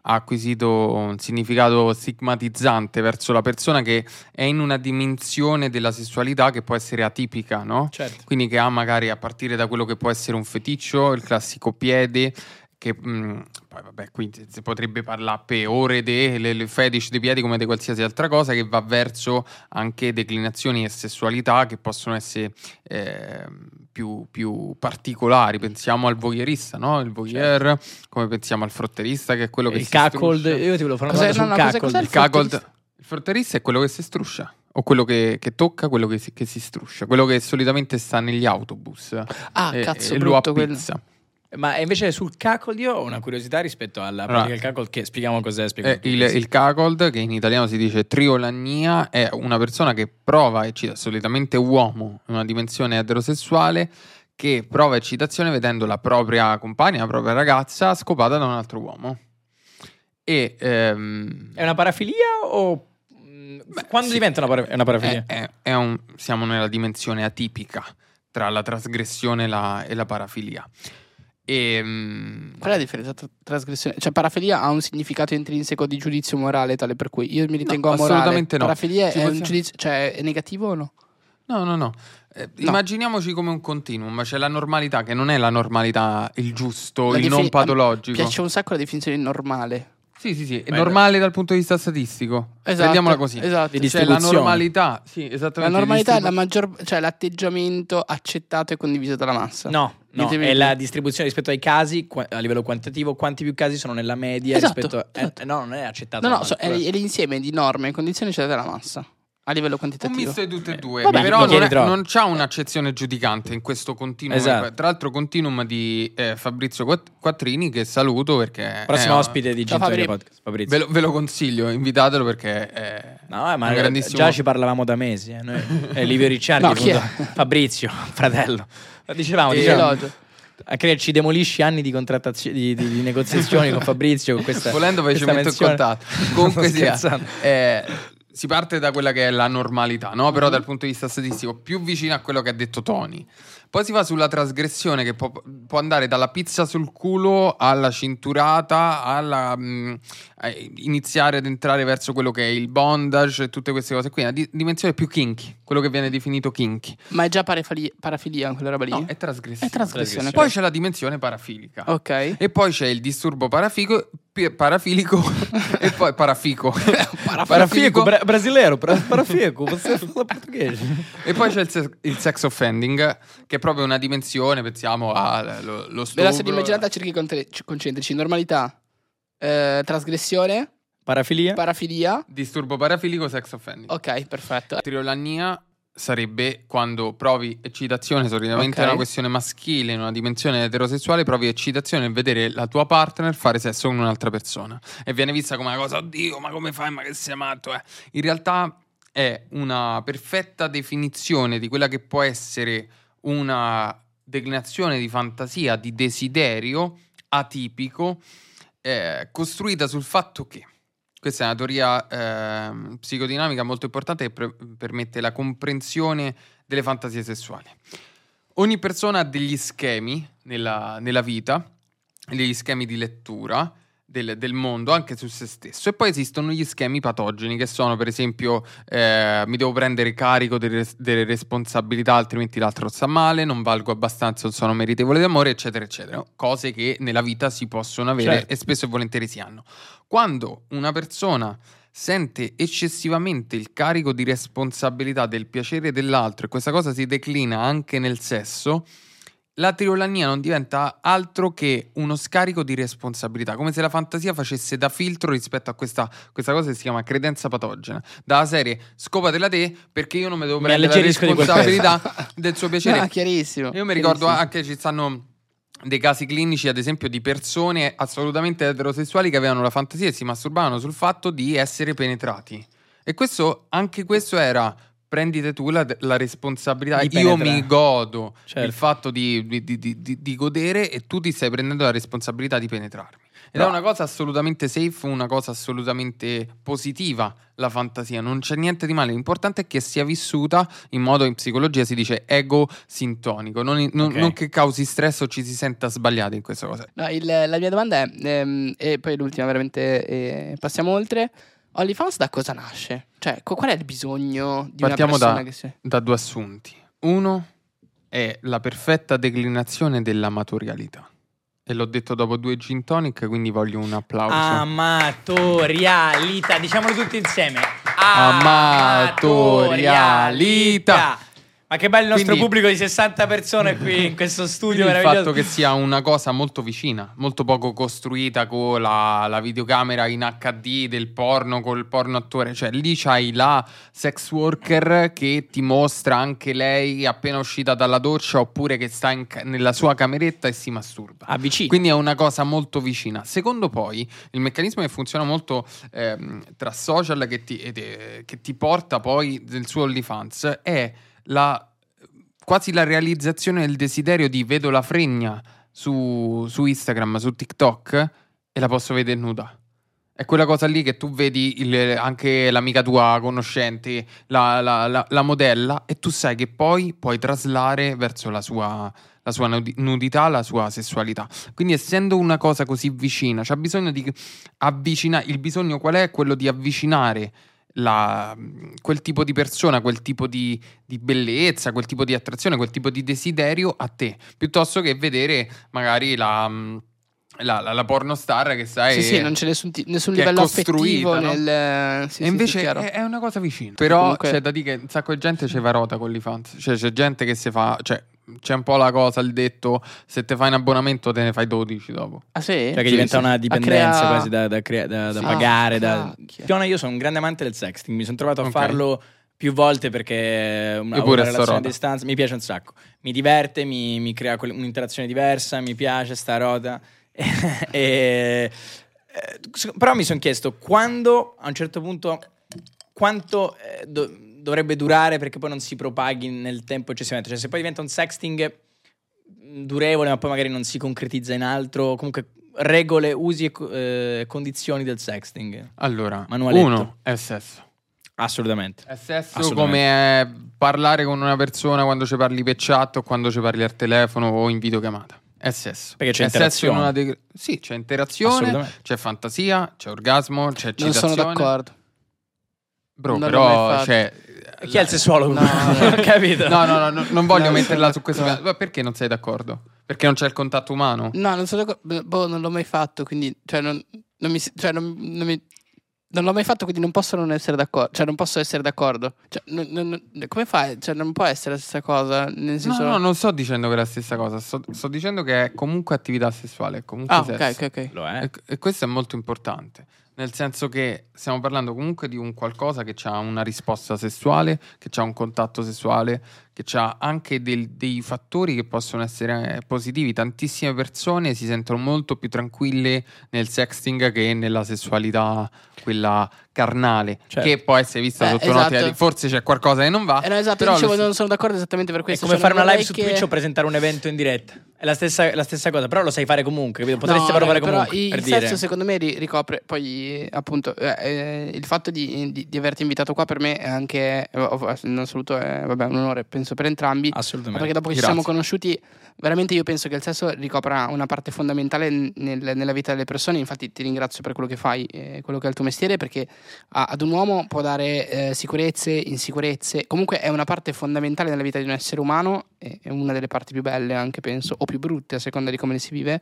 ha acquisito un significato stigmatizzante verso la persona che è in una dimensione della sessualità che può essere atipica, no?
Certo.
Quindi che ha magari a partire da quello che può essere un feticcio, il classico piede, che mh, poi vabbè, qui si potrebbe parlare per ore del fetish dei piedi come di qualsiasi altra cosa che va verso anche declinazioni e sessualità che possono essere eh, più, più particolari. Pensiamo al voyeurista, no? Il voyeur, come pensiamo al frotterista che è quello che
Certo. il
si
cuckold,
struscia.
io ti volevo fare una
Cos'è-
domanda sul
no, no, cos'è-
cuckold.
cos'è
Il cuckold, il frotterista è quello che si struscia. O quello che, che tocca, quello che si, che si struscia, quello che solitamente sta negli autobus
Ah,
e,
cazzo,
e lo
brutto quello.
appizza.
Ma invece sul cuckold io ho una curiosità rispetto alla pratica
Allora,
del cuckold che spieghiamo cos'è, spieghiamo
Eh, il, il cuckold, che in italiano si dice triolagnia, è una persona che prova eccitazione, solitamente uomo, in una dimensione eterosessuale, che prova eccitazione vedendo la propria compagna, la propria ragazza scopata da un altro uomo. E ehm,
È una parafilia o... mh, quando
sì.
diventa una, para- è una parafilia?
Eh,
è- è- è un- siamo nella dimensione atipica tra la trasgressione e la, e la parafilia. E, mm,
Qual è la differenza tra trasgressione? Cioè, parafilia ha un significato intrinseco di giudizio morale, tale per cui io mi ritengo amorale.
assolutamente no.
Parafilia
Ci
è un
possiamo-
giudizio, cioè, è negativo o no?
No, no, no. Eh,
No.
Immaginiamoci come un continuum, c'è la normalità che non è la normalità, il giusto,
La
il
defi- a
non
me
patologico.
Piace un sacco la definizione di normale.
Sì, sì, sì, è
Beh,
normale dal punto di vista statistico.
Esatto.
Vediamola così.
Esatto.
Di
C'è la
distribuzione.
normalità, sì,
La
esattamente.
normalità è
di
la
distribu-
maggior, cioè l'atteggiamento accettato e condiviso dalla massa.
No, no,
eh, Ditemi
è
tu.
la distribuzione rispetto ai casi qua- a livello quantitativo, quanti più casi sono nella media
Esatto,
rispetto a- eh,
esatto.
no, non è accettato.
No, no,
ma-
so- è, è l'insieme di norme e condizioni accettate dalla massa a livello
Un
quantitativo.
misto di tutte e due,
vabbè,
però
Eh, mi
non,
chiedi
è-
troppo.
non c'ha un'accezione giudicante in questo continuum.
Esatto.
Tra l'altro, continuum di eh, Fabrizio Quatt- Quattrini, che saluto perché.
Prossimo
è-
ospite di
Eh, Ciao,
Gintoria
Fabri-
Podcast, Fabrizio.
Ve lo, ve lo consiglio, invitatelo perché è
No, eh, ma
un grandissimo
già ci parlavamo da mesi. Eh. Noi, eh, Livio Ricciardi,
No, chi è?
Fabrizio, fratello. Ma Dicevamo,
Eh,
dicevamo
elogio.
anche ci demolisci anni di, contrattazio- di, di- di negoziazioni con Fabrizio. Con questa,
Volendo poi ci
questa
metto il
menzione.
contatto. Comunque
Sto
sia,
scherzando.
eh, si parte da quella che è la normalità, no? però dal punto di vista statistico, più vicina a quello che ha detto Tony. Poi si va sulla trasgressione che può, può andare dalla pizza sul culo alla cinturata, alla mh, eh, iniziare ad entrare verso quello che è il bondage e tutte queste cose qui. Una di- dimensione più kinky, quello che viene definito kinky.
Ma è già parafali- parafilia quella roba lì?
No, è trasgressione.
È trasgressione.
Poi c'è la dimensione parafilica.
ok.
E poi c'è il disturbo parafico, pi- parafilico e poi parafico.
Parafieco
Parafilico.
bra- brasileiro, pra- parafieco, você fala portoghese.
e poi c'è il, se- il sex offending, che è proprio una dimensione, pensiamo allo lo
Ve la
stupro.
siete immaginata a cerchi conte- concentrici. Normalità, eh, trasgressione,
Eh.
Parafilia?
parafilia.
Disturbo parafilico, sex offending.
Ok, perfetto.
Triolania sarebbe quando provi eccitazione, solitamente
Ok.
è una questione maschile, in una dimensione eterosessuale, provi eccitazione nel vedere la tua partner fare sesso con un'altra persona. E viene vista come una cosa, oddio, ma come fai, ma che sei matto? eh?" In realtà è una perfetta definizione di quella che può essere una declinazione di fantasia, di desiderio atipico, eh, costruita sul fatto che questa è una teoria ehm, psicodinamica molto importante che pre- permette la comprensione delle fantasie sessuali. Ogni persona ha degli schemi nella, nella vita, degli schemi di lettura del, del mondo, anche su se stesso. E poi esistono gli schemi patogeni, che sono per esempio eh, mi devo prendere carico delle, res- delle responsabilità, altrimenti l'altro sta male, non valgo abbastanza, non sono meritevole d'amore, eccetera, eccetera. Cose che nella vita si possono avere
Certo.
e spesso e volentieri si hanno. Quando una persona sente eccessivamente il carico di responsabilità del piacere dell'altro e questa cosa si declina anche nel sesso, la triolania non diventa altro che uno scarico di responsabilità, come se la fantasia facesse da filtro rispetto a questa, questa cosa che si chiama credenza patogena. Dalla serie scopatela te perché io non mi devo
Mi
prendere la
alleggerisco di quel
responsabilità del suo piacere.
No, chiarissimo.
Io mi ricordo
chiarissimo.
anche ci stanno dei casi clinici, ad esempio, di persone assolutamente eterosessuali che avevano la fantasia e si masturbavano sul fatto di essere penetrati. E questo, anche questo era. Prendite tu la, la responsabilità.
Di
Io
penetrare.
mi godo
Certo.
il fatto di, di- di- di- di godere e tu ti stai prendendo la responsabilità di penetrarmi. Ed
No.
è una cosa assolutamente safe, una cosa assolutamente positiva la fantasia. Non c'è niente di male. L'importante è che sia vissuta in modo in psicologia si dice ego sintonico, non, non-
Ok.
non che causi stress o ci si senta sbagliati in questa cosa.
No, il- la mia domanda è, ehm, e poi l'ultima veramente, eh, passiamo oltre. OnlyFans da cosa nasce? Cioè, co- qual è il bisogno di
Partiamo
una
da-
persona che si...
Da due assunti. Uno è la perfetta declinazione della materialità. E l'ho detto dopo due gin tonic, quindi voglio un applauso.
Ah, Amatorialita, diciamolo tutti insieme.
Amatorialita.
Ma che bello il nostro
Quindi-
pubblico di 60 persone qui in questo
Quindi
studio
il
meraviglioso.
fatto che sia una cosa molto vicina, molto poco costruita con la, la videocamera in HD del porno, col porno attore, cioè lì c'hai la sex worker che ti mostra anche lei appena uscita dalla doccia oppure che sta in ca- nella sua cameretta e si masturba.
ABC.
Quindi è una cosa molto vicina. Secondo poi il meccanismo che funziona molto ehm, tra social che ti, ed, eh, che ti porta poi del suo OnlyFans è la, quasi la realizzazione del desiderio di vedo la fregna su, su Instagram, su TikTok e la posso vedere nuda. È quella cosa lì che tu vedi il- anche l'amica tua conoscente, la, la- la- la modella, e tu sai che poi puoi traslare verso la sua, la sua nudi- nudità, la sua sessualità. Quindi, essendo una cosa così vicina, c'è bisogno di avvicinare. Il bisogno qual è? Quello di avvicinare la- quel tipo di persona, quel tipo di, di bellezza, quel tipo di attrazione, quel tipo di desiderio a te, piuttosto che vedere magari la. La, la, la pornostar che sai
Sì, sì, non c'è nessun, ti- nessun
che è
livello affettivo
costruita, no?
nel... sì, sì,
e invece
sì, chiaro.
è, è una cosa vicina. Però
Comunque-
c'è da dire che un sacco di gente ci varota con l'IFANS. Cioè, c'è gente che si fa. Cioè, c'è un po' la cosa, il detto: se te fai un abbonamento, te ne fai 12 dopo.
Ah sì?
Cioè che
Sì,
diventa
sì.
una dipendenza
crea-
quasi da, da crea- da- da
Sì.
pagare.
Ah,
da-
cacchio.
Fiona, io sono un grande amante del sexting, mi sono trovato a
Ok.
farlo più volte perché eh, una,
Io
ho
pure
una
sto
relazione a
roba.
distanza mi piace un sacco. Mi diverte, mi, mi crea quel- un'interazione diversa, mi piace sta roda. E- eh, sec- però mi sono chiesto quando a un certo punto quanto eh, do- dovrebbe durare perché poi non si propaghi nel tempo eccessivamente. Cioè, se poi diventa un sexting mh, durevole, ma poi magari non si concretizza in altro. Comunque, regole, usi e co- eh, condizioni del sexting.
Allora,
Manualetto.
uno è sesso.
Assolutamente.
È sesso
Assolutamente.
come è parlare con una persona quando ci parli per chat o quando ci parli al telefono o in videochiamata. È sesso.
Perché c'è
È sesso in
interazione.
una de- Sì, c'è interazione,
Assolutamente.
c'è fantasia, c'è orgasmo, c'è
Non
eccitazione.
sono d'accordo.
Bro,
Non l'ho mai
però
fatto.
cioè,
E Chi è il sessuologo?
No,
non ho capito.
No, no, no, no, non voglio
No,
metterla
sono
su questo
d'accordo.
piano. Ma perché non sei d'accordo? Perché non c'è il contatto umano?
No, non sono d'accordo. Boh, non l'ho mai fatto, quindi... Cioè, non, non mi... Cioè, non, non mi- non l'ho mai fatto, quindi non posso non essere d'accordo. Cioè, non posso essere d'accordo. Cioè, non- non- come fai? Cioè, non può essere la stessa cosa. Nel
No,
senso...
no, non sto dicendo che è la stessa cosa, sto, sto dicendo che è comunque attività sessuale, è comunque
Ah, ok,
sesso.
ok, ok.
Lo è.
E, e questo è molto importante, nel senso che stiamo parlando comunque di un qualcosa che ha una risposta sessuale, che ha un contatto sessuale, che ha anche del- dei fattori che possono essere eh, positivi. Tantissime persone si sentono molto più tranquille nel sexting che nella sessualità quella carnale,
Certo.
che può essere vista
Eh,
sotto
esatto.
un'ottica di forse c'è qualcosa che non va.
Eh, no, esatto,
Ah, però
io dicevo,
lo-
non sono d'accordo esattamente per
È
questo.
come
Cioè,
fare
non
una live su
vorrei
Twitch o
che-
presentare un evento in diretta. È la stessa, la stessa cosa, però lo sai fare comunque. capito? Potresti
No, eh,
farlo fare
però
comunque.
il
per
sesso
dire.
secondo me ri- ricopre poi eh, appunto eh, eh, il fatto di, di- di averti invitato qua per me è anche eh, ov- in assoluto è eh, vabbè, un onore penso per entrambi ma
Assolutamente.
perché dopo che ci
Grazie.
siamo conosciuti veramente io penso che il sesso ricopra una parte fondamentale n- nel- nella vita delle persone infatti ti ringrazio per quello che fai eh, quello che è il tuo mestiere perché a- ad un uomo può dare eh, sicurezze insicurezze comunque è una parte fondamentale nella vita di un essere umano e- è una delle parti più belle anche penso o più brutte a seconda di come ne si vive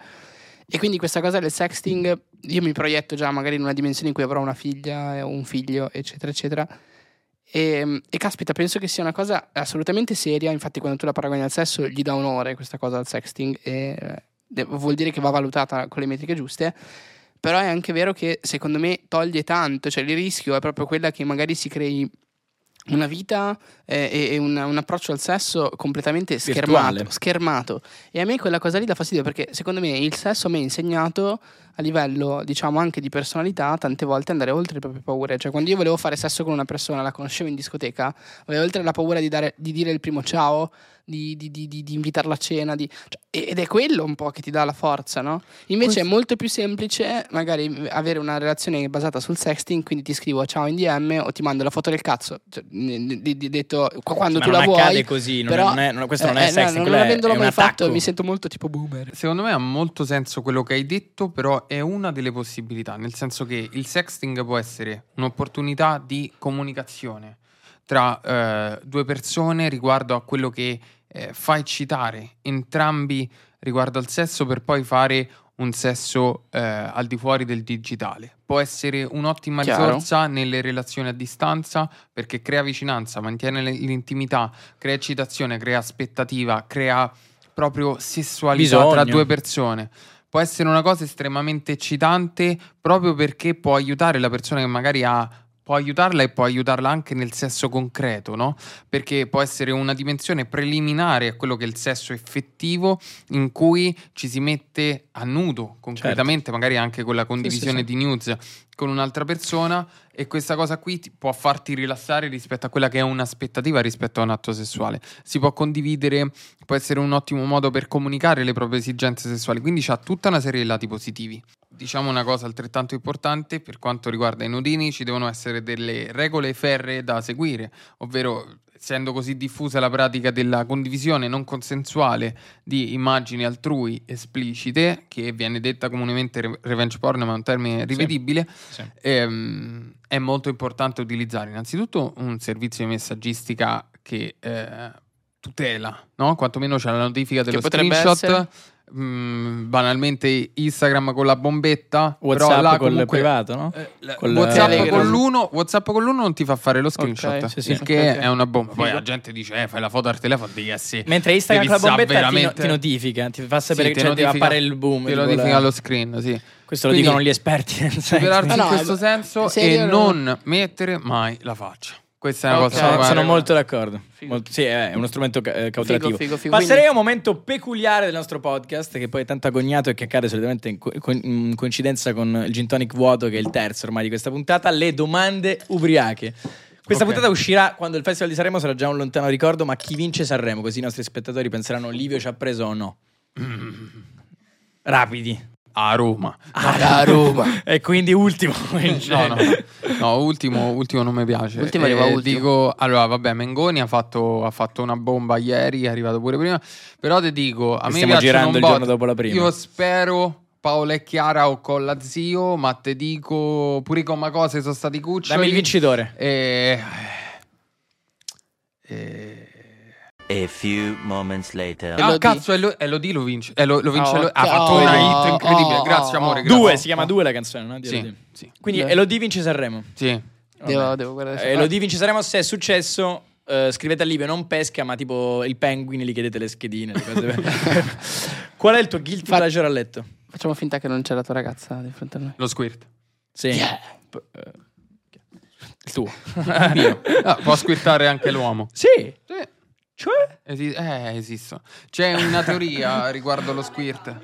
e quindi questa cosa del sexting, io mi proietto già magari in una dimensione in cui avrò una figlia eh, o un figlio, eccetera, eccetera. E, Ehm, e caspita, penso che sia una cosa assolutamente seria. Infatti, quando tu la paragoni al sesso, gli dà onore questa cosa al sexting, e eh, de- vuol dire che va valutata con le metriche giuste. Però è anche vero che secondo me toglie tanto, cioè il rischio è proprio quella che magari si crei una vita eh, e, e un, un approccio al sesso completamente
Virtuale.
schermato, schermato. E a me quella cosa lì dà fastidio perché secondo me il sesso mi ha insegnato a livello, diciamo, anche di personalità, tante volte andare oltre le proprie paure. Cioè, quando io volevo fare sesso con una persona, la conoscevo in discoteca, avevo oltre la paura di, dare- di dire il primo ciao, di, di- di- di- di invitarla a cena, di- cioè, e- ed è quello un po' che ti dà la forza, no? Invece è molto più semplice magari avere una relazione basata sul sexting, quindi ti scrivo ciao in DM o ti mando la foto del cazzo, Cioè, n- di- di- detto qu- quando
Ma
tu
non
la vuoi.
accade così, non è-
però-
non è- non- questo non è
no,
sexting,
non
quello è-
avendolo
è un
mai fatto
attacco.
mi sento molto tipo boomer.
Secondo me ha molto senso quello che hai detto, però è una delle possibilità, nel senso che il sexting può essere un'opportunità di comunicazione tra eh, due persone riguardo a quello che eh, fa eccitare entrambi riguardo al sesso per poi fare un sesso eh, al di fuori del digitale. Può essere un'ottima
Chiaro.
risorsa nelle relazioni a distanza perché crea vicinanza, mantiene le- l'intimità, crea eccitazione, crea aspettativa, crea proprio sessualità tra
Bisogno.
due persone. Può essere una cosa estremamente eccitante proprio perché può aiutare la persona che magari ha può aiutarla e può aiutarla anche nel sesso concreto, no? Perché può essere una dimensione preliminare a quello che è il sesso effettivo in cui ci si mette a nudo concretamente, magari anche con la condivisione
sì.
di news con un'altra persona e questa cosa qui ti- può farti rilassare rispetto a quella che è un'aspettativa rispetto a un atto sessuale. Si può condividere, può essere un ottimo modo per comunicare le proprie esigenze sessuali, quindi c'ha tutta una serie di lati positivi. Diciamo una cosa altrettanto importante per quanto riguarda i nudini, ci devono essere delle regole ferree da seguire, ovvero essendo così diffusa la pratica della condivisione non consensuale di immagini altrui esplicite, che viene detta comunemente re- revenge porn, ma è un termine rivedibile,
Sì.
ehm, è molto importante utilizzare innanzitutto un servizio di messaggistica che eh, tutela, no? quantomeno c'è la notifica dello
potrebbe
screenshot. mm, banalmente Instagram con la bombetta, però là
WhatsApp col
comunque-
privato, no?
eh, la-
Col-
WhatsApp,
Telegram.
con l'uno, WhatsApp con l'uno non ti fa fare lo screenshot,
sì, sì.
il che
Ok, ok.
è una bomba. Poi
Figo.
la gente dice, eh, fai la foto al telefono, devi essere...
Mentre Instagram
Devi
con la bombetta ti,
sa veramente-
no- ti notifica, ti fa
Sì,
sapere
te
che cioè, ti
notifica-
appare il boom.
Te
tipo
lo
la-
notifica lo screen, sì.
Questo lo
Quindi-
dicono gli esperti. nel senso.
superarsi
No,
in
no,
questo
eh,
senso
se io
e
ero-
non mettere mai la faccia. Questa è una
Ok.
cosa
Sono,
guarda,
sono
guarda.
molto d'accordo.
Figo.
Molto- sì, è uno strumento ca- eh,
Figo,
cautelativo.
figo, figo.
Passerei
Quindi-
a un momento peculiare del nostro podcast, che poi è tanto agognato e che accade solitamente in, co- con- in coincidenza con il gin tonic vuoto, che è il terzo ormai di questa puntata, le domande ubriache. Questa
Ok.
puntata uscirà quando il Festival di Sanremo sarà già un lontano ricordo, ma chi vince Sanremo? Così i nostri spettatori penseranno Livio ci ha preso o no. Rapidi.
a Roma.
Ah,
A Roma.
e quindi ultimo.
No, no, no, ultimo, ultimo non mi piace. Eh,
Ultimo arriva ultimo.
Dico, allora, vabbè, Mengoni ha fatto, ha fatto una bomba ieri, è arrivato pure prima. Però ti dico, a me
Stiamo
piacciono
girando
un
il
botto.
giorno dopo la prima.
Io spero Paola e Chiara o con la zio, ma te dico pure come cose sono stati cuccioli.
Dammi il vincitore.
E... eh, e-
A few moments later.
Elodie.
Ah, cazzo, Elo- Elodie lo vince. Elo- lo vince
Ah,
Elo-
ok.
Ha fatto
Oh,
una
oh,
hit incredibile.
oh,
Grazie,
oh,
amore.
oh.
grazie.
Due si chiama due la canzone, no? Di
Sì,
Elodie.
sì,
Quindi
Due.
Elodie vince Sanremo.
sì.
Devo,
Vabbè.
devo guardare.
Eh, Elodie vince Sanremo, se è successo eh, scrivete a Livio, non pesca, ma tipo il penguin gli chiedete le schedine. le cose. Qual è il tuo guilty pleasure a letto?
Facciamo finta che non c'è la tua ragazza di fronte a noi.
Lo squirt.
Sì. P- eh, il tuo.
Ah, può squirtare anche l'uomo.
sì.
Sì.
Cioè?
Esi- eh, esistono. C'è una teoria riguardo lo squirt.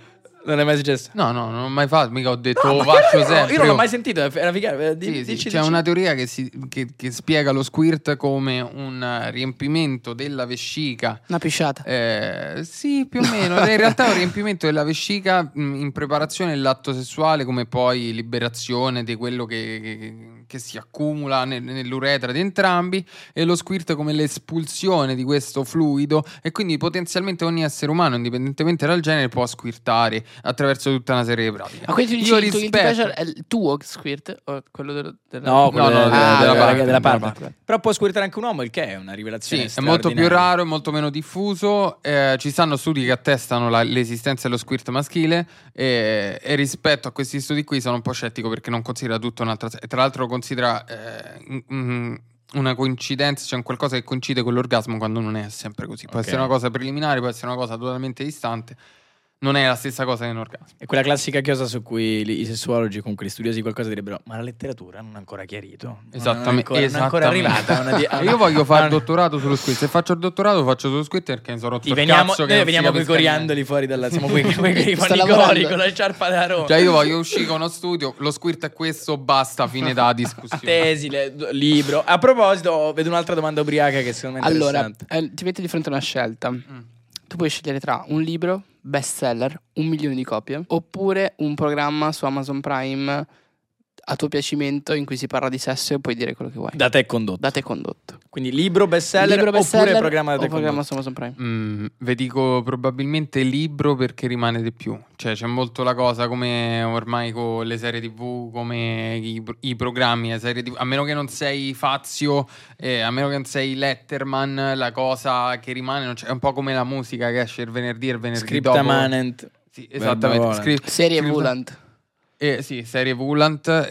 Non è mai successo.
No, no, non ho mai fatto. Mica ho detto
No,
"Oh,
ma
faccio
io-
sempre.
Io non l'ho
oh".
mai sentito, eh, era figata.
Sì, sì,
Dici, dici.
C'è una teoria che, si- che- che spiega lo squirt come un eh, riempimento della vescica
Una pisciata.
Eh, sì, più o meno. In realtà è un riempimento della vescica mh, in preparazione dell'atto sessuale, come poi liberazione di quello che, che- che si accumula nel- nell'uretra di entrambi, e lo squirt come l'espulsione di questo fluido. E quindi potenzialmente ogni essere umano, indipendentemente dal genere, può squirtare attraverso tutta una serie di pratiche.
Ma quindi tu dici
Io
il tuo guilty
rispetto-
pleasure è il tuo squirt o quello dello- della...
No,
quello
no, della,
della-
della- della
parte,
parte,
della
della
parte. Però può squirtare anche un uomo, il che è una rivelazione.
Sì, è molto più
straordinaria.
raro, è molto meno diffuso. eh, ci stanno studi che attestano la- l'esistenza dello squirt maschile. eh, E, rispetto a questi studi qui sono un po' scettico perché non considera tutto un'altra. e Tra l'altro, considera eh, mm, mm, una coincidenza, cioè un qualcosa che coincide con l'orgasmo quando non è sempre così. Può
Ok.
essere una cosa preliminare, può essere una cosa totalmente distante. Non è la stessa cosa che un orgasmo.
È quella classica chiosa su cui li- i sessuologi, comunque gli studiosi di qualcosa direbbero: Ma la letteratura non ha ancora chiarito. Non- Non è
Esattamente.
ancora, non è ancora
esattamente.
arrivata. non è di-
E Io voglio fare il
non-
dottorato sullo squirt. Se faccio il dottorato, faccio sullo squirt perché mi sono rotto
Ti
il
veniamo,
cazzo. che
noi
non si
veniamo con i
capisca niente.
coriandoli fuori dalla. Siamo qui con i
Sto
panigori
lavorando.
con la sciarpa da Roma.
Cioè, io voglio uscire con uno studio, lo squirt è questo, basta, fine da discussione.
Tesi, le- d- libro. A proposito, oh, vedo un'altra domanda ubriaca che secondo me è
Allora,
interessante. Mm.
eh, ti metti di fronte a una scelta. Tu puoi scegliere tra un libro best seller, un milione di copie, oppure un programma su Amazon Prime a tuo piacimento in cui si parla di sesso e puoi dire quello che vuoi.
Da te condotto.
Da te condotto.
Quindi libro bestseller
Libro
oppure
bestseller
programma da
o
te
programma
condotto.
su Amazon Prime.
Mm, vi dico probabilmente libro perché rimane di più. Cioè, c'è molto la cosa come ormai con le serie TV, come i, i programmi, le serie TV. A meno che non sei Fazio, eh, a meno che non sei Letterman, la cosa che rimane non c'è- è un po' come la musica che esce il venerdì e il venerdì dopo.
Scriptamanent.
Sì, esattamente.
Volant.
Script-
Serie
script-
Vulant.
eh, sì, serie Vulant e,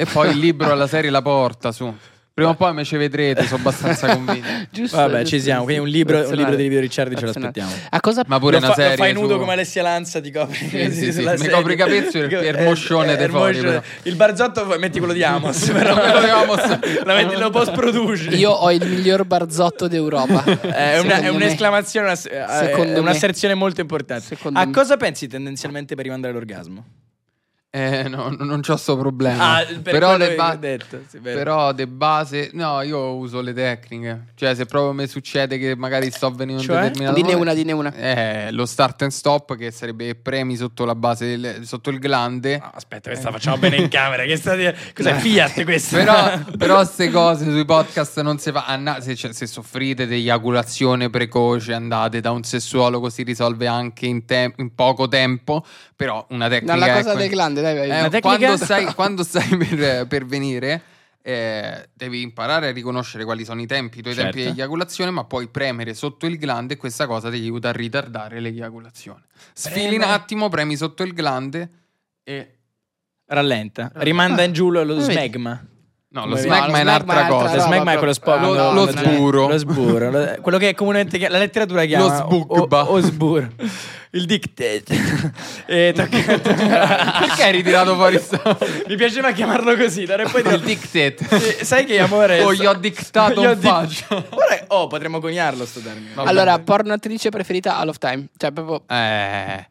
e poi il libro alla serie La Porta, su. Prima o poi me ci vedrete, sono abbastanza convinto.
Giusto,
Vabbè,
giusto,
ci siamo.
giusto.
Quindi un libro, un libro
Razionale.
di Livio Ricciardi ce
Razionale.
l'aspettiamo.
A cosa
Ma pure
lo,
una
fa-
serie
lo fai nudo
su-
come Alessia Lanza ti copri
sì, sì,
sulla
mi
sedia.
copri i capezzoli e il- e il moscione
eh,
dei
il
fori,
moscione.
però.
il barzotto poi metti quello di Amos però
Quello di Amos.
lo, metti, lo post produci
Io ho il miglior barzotto d'Europa.
Eh, è, una- è
Secondo me.
un'esclamazione una, eh,
Secondo
è
me.
un'asserzione molto importante
Secondo
a
me.
cosa pensi tendenzialmente per rimandare l'orgasmo?
Eh, no, no, non c'ho sto problema. però,
Ah, quello
de
che
ba-
ho detto sì, vero.
però de base, no, io uso le tecniche. Cioè, se proprio mi succede che magari sto avvenendo
Cioè?
un determinato
Dine una,
momento-
dine una.
Eh, lo start and stop che sarebbe che premi sotto la base, del- sotto il glande.
No, aspetta questa facciamo bene in camera che sta di- cos'è Fiat questa?
Però, però ste cose sui podcast non si fa. Anna- se, c'è- se soffrite di eiaculazione precoce, andate da un sessuologo, si risolve anche in, tem- in poco tempo. Però una tecnica.
No, la
è
cosa
quella.
del glande, dai, vai.
Eh,
Una tecnica-
quando, stai, quando stai per, per venire, eh, devi imparare a riconoscere quali sono i tempi, i tuoi
Certo.
tempi di eiaculazione, ma puoi premere sotto il glande e questa cosa ti aiuta a ritardare l'eiaculazione. Sfili un
Premo.
attimo, premi sotto il glande e.
rallenta rimanda in giù lo,
Eh,
lo
Ah, vedi.
smegma
No, lo
Come-
smegma
No,
è
lo smegma è
un'altra
un'altra
cosa.
Lo
roba.
smegma è quello spo-
Ah, no,
lo-
lo
lo
sburo.
Lo sburro. lo- quello che è comunemente chia- la letteratura chiama
Lo
O,
sbugba.
o, o sburro. Il dictate. E tocca-
Perché hai ritirato fuori sto-
Mi piaceva chiamarlo così. Dare poi
il dictate?
Eh, Sai che amore.
Oh, gli ho dictato
Gli ho
un
dic-
faggio.
Ora- oh, potremmo coniarlo sto termine.
Vabbè.
Allora, porno attrice preferita All of Time. Cioè, proprio
Eh,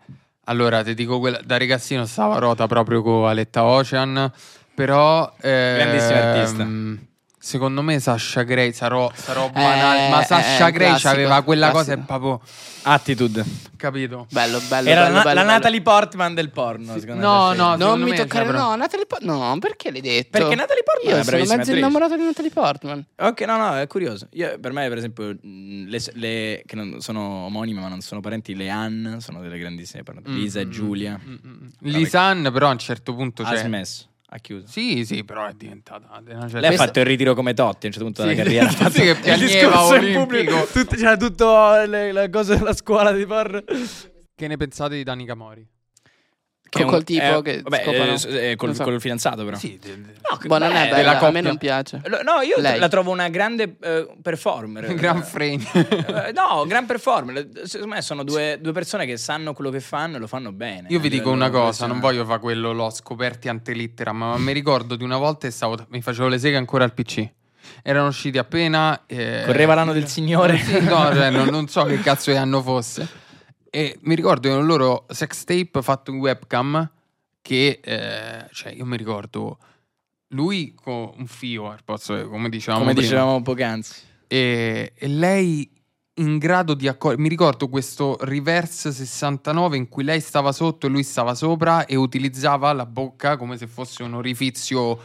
allora ti dico quella da ragazzino stava a rota proprio con Aletta Ocean, però eh,
Grandissima artista.
mh, Secondo me Sasha Gray sarò, sarò
Eh,
banale, ma Sasha
eh,
Gray
classico,
aveva quella cosa e
classico.
proprio
Attitude.
capito.
bello, bello.
Era
bello,
la,
bello,
la
bello.
Natalie Portman del porno. secondo
No,
me, sì.
no,
Non
secondo
mi
me,
toccare,
cioè, però-
no, Natalie Portman. No, perché l'hai detto?
Perché Natalie Portman è
Io
una
sono
bravissima
mezzo
attrice.
innamorato di Natalie Portman.
Ok, no, no, è curioso. Io, per me, per esempio, mh, le, le- che non sono omonime, ma non sono parenti, le Ann sono delle grandissime parenti.
Mm,
Lisa e
mm,
Giulia. Ah,
mm, mm. Lisanne però a un certo punto
Ha
cioè,
smesso, ha chiuso.
Sì, sì, però è diventata cioè di una certa-
Lei ha
Questa-
fatto il ritiro come Totti a un certo punto della
Sì,
carriera.
sì,
ha fatto
che
il
piangeva
discorso in
olimpico.
pubblico, tutto- c'era tutto le, la cosa della scuola di porno.
Che ne pensate di Danica Mori?
Che è
col
un-
tipo
eh,
che
vabbè,
scopano.
eh, s- eh, col,
Non so.
col fidanzato però.
Sì, de- de-
No, che-
Boh, non è
beh,
bella,
della
a me
coppia.
non piace.
lo- No, io
Lei.
la trovo una grande eh, performer.
gran
Eh,
frame.
eh, no, gran performer. Secondo me sono due, due persone che sanno quello che fanno e lo fanno bene.
Io
a
vi dico
livello
una cosa, non
professionale.
voglio fare quello, l'ho scoperti antelitteram, ma mi ricordo di una volta e stavo, mi facevo le seghe ancora al PC. Erano usciti appena... eh,
Correva l'anno del Signore.
Sì, no, cioè, non, non so che cazzo di anno fosse. E mi ricordo di un loro sex tape fatto in webcam che, eh, cioè, io mi ricordo lui con un fio al posto, come dicevamo
Come
prima
dicevamo poc'anzi.
e, e lei in grado di accogliere. Mi ricordo questo reverse 69 in cui lei stava sotto e lui stava sopra e utilizzava la bocca come se fosse un orifizio eh,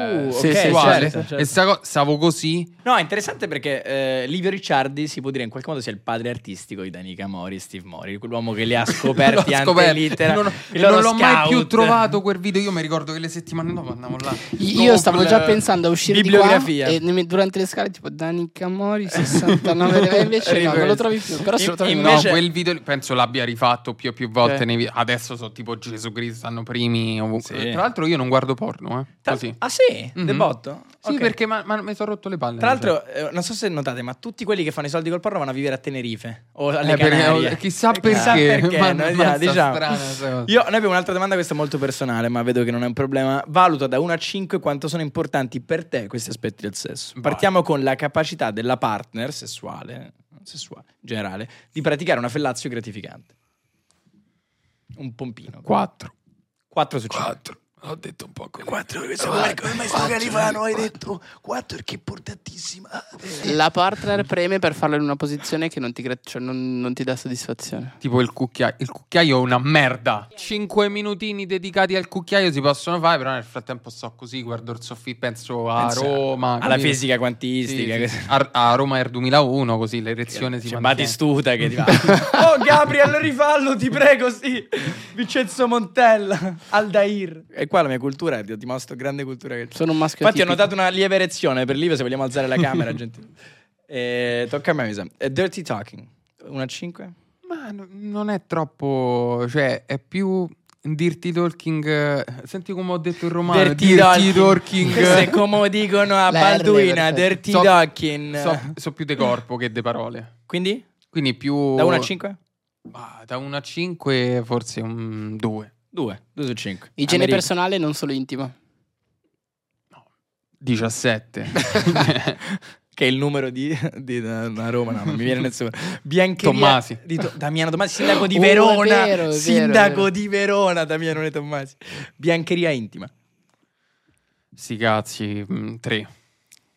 Uh,
sì,
sessuale.
sì, certo, certo.
E sta co- stavo così.
No, è interessante perché eh, Livio Ricciardi si può dire in qualche modo sia il padre artistico di Danica Mori, Steve Mori, quell'uomo che li ha scoperti
L'ho
ante
scoperto.
littera,
Non, ho-
il loro
non l'ho mai
scout.
più trovato quel video. Io mi ricordo che le settimane dopo andavo là.
Io stavo
Dopo
già
il-
pensando a uscire di qua
bibliografia.
e ne- durante le scale tipo Dani Camori 69 e invece no, non lo trovi più, però se lo trovi
In-
no.
invece- Eh.
no, quel video lì penso l'abbia rifatto più e più volte.
Ok.
Nei video. Adesso sono tipo Gesù Cristo, stanno primi ovunque.
Sì.
Tra l'altro, io non guardo porno. Eh.
Tra-
Così.
Ah sì?
Mhm.
De botto?
Sì,
Ok.
perché ma- ma mi sono rotto le palle.
Tra l'altro, eh, non so se notate, ma tutti quelli che fanno i soldi col porno vanno a vivere a Tenerife o alle
Eh, perché-
Canarie.
chissà
Chissà
perché, ma-
no,
mazza
diciamo.
strana sta cosa.
Io, noi abbiamo un'altra domanda, questa è molto personale, ma vedo che non è un problema. Valuta da 1 a 5 quanto sono importanti per te questi aspetti del sesso.
Vai.
Partiamo con la capacità della partner sessuale, sessuale in generale, di praticare una fellazio gratificante. Un pompino.
4.
4 su 5.
Ho detto un po' così.
come mai sto califano? Hai detto 4 perché è portatissima.
La partner preme per farlo in una posizione che non ti, gra- cioè non- non ti dà soddisfazione.
Tipo il cucchiaio. Il cucchiaio è una merda. Cinque minutini dedicati al cucchiaio si possono fare, però nel frattempo sto così, guardo il soffitto, penso a
Pensa
Roma.
alla
capito?
fisica quantistica,
Sì, sì,
che-
A, a Roma Air 2001, così l'erezione si
C'è
mantiene.
Batistuta che Cioè, ti va. oh Gabriel, rifallo, ti prego, sì. Vincenzo Montella, Aldair. E qua la mia cultura, ti dimostro grande cultura che
Sono un maschio.
Infatti ho
atipico.
notato una lieve erezione per Livio se vogliamo alzare la camera, gente. Eh, tocca a me, mi sembra. Eh, Dirty Talking. Una 5?
Ma no- non è troppo, cioè è più dirty talking. eh, Senti come ho detto in romano, dirty, talking.
Se come dicono a
La R,
Balduina, Dirty
perfetto.
Talking.
So, so più de corpo che de parole.
Quindi?
Quindi più
Da 1 a 5?
Ah, da 1 a 5 forse un 2.
2. 2 su 5.
Igiene
America.
personale non solo intima.
17.
Che è il numero di, di da- da Roma, no, non mi viene nessuno. Biancheria
Tommasi.
Di To- Damiano Tommasi, sindaco di
Oh, è
Verona.
vero, è vero, è
sindaco
vero.
di Verona, Damiano De Tommasi. Biancheria intima.
Sti cazzi, mm, 3.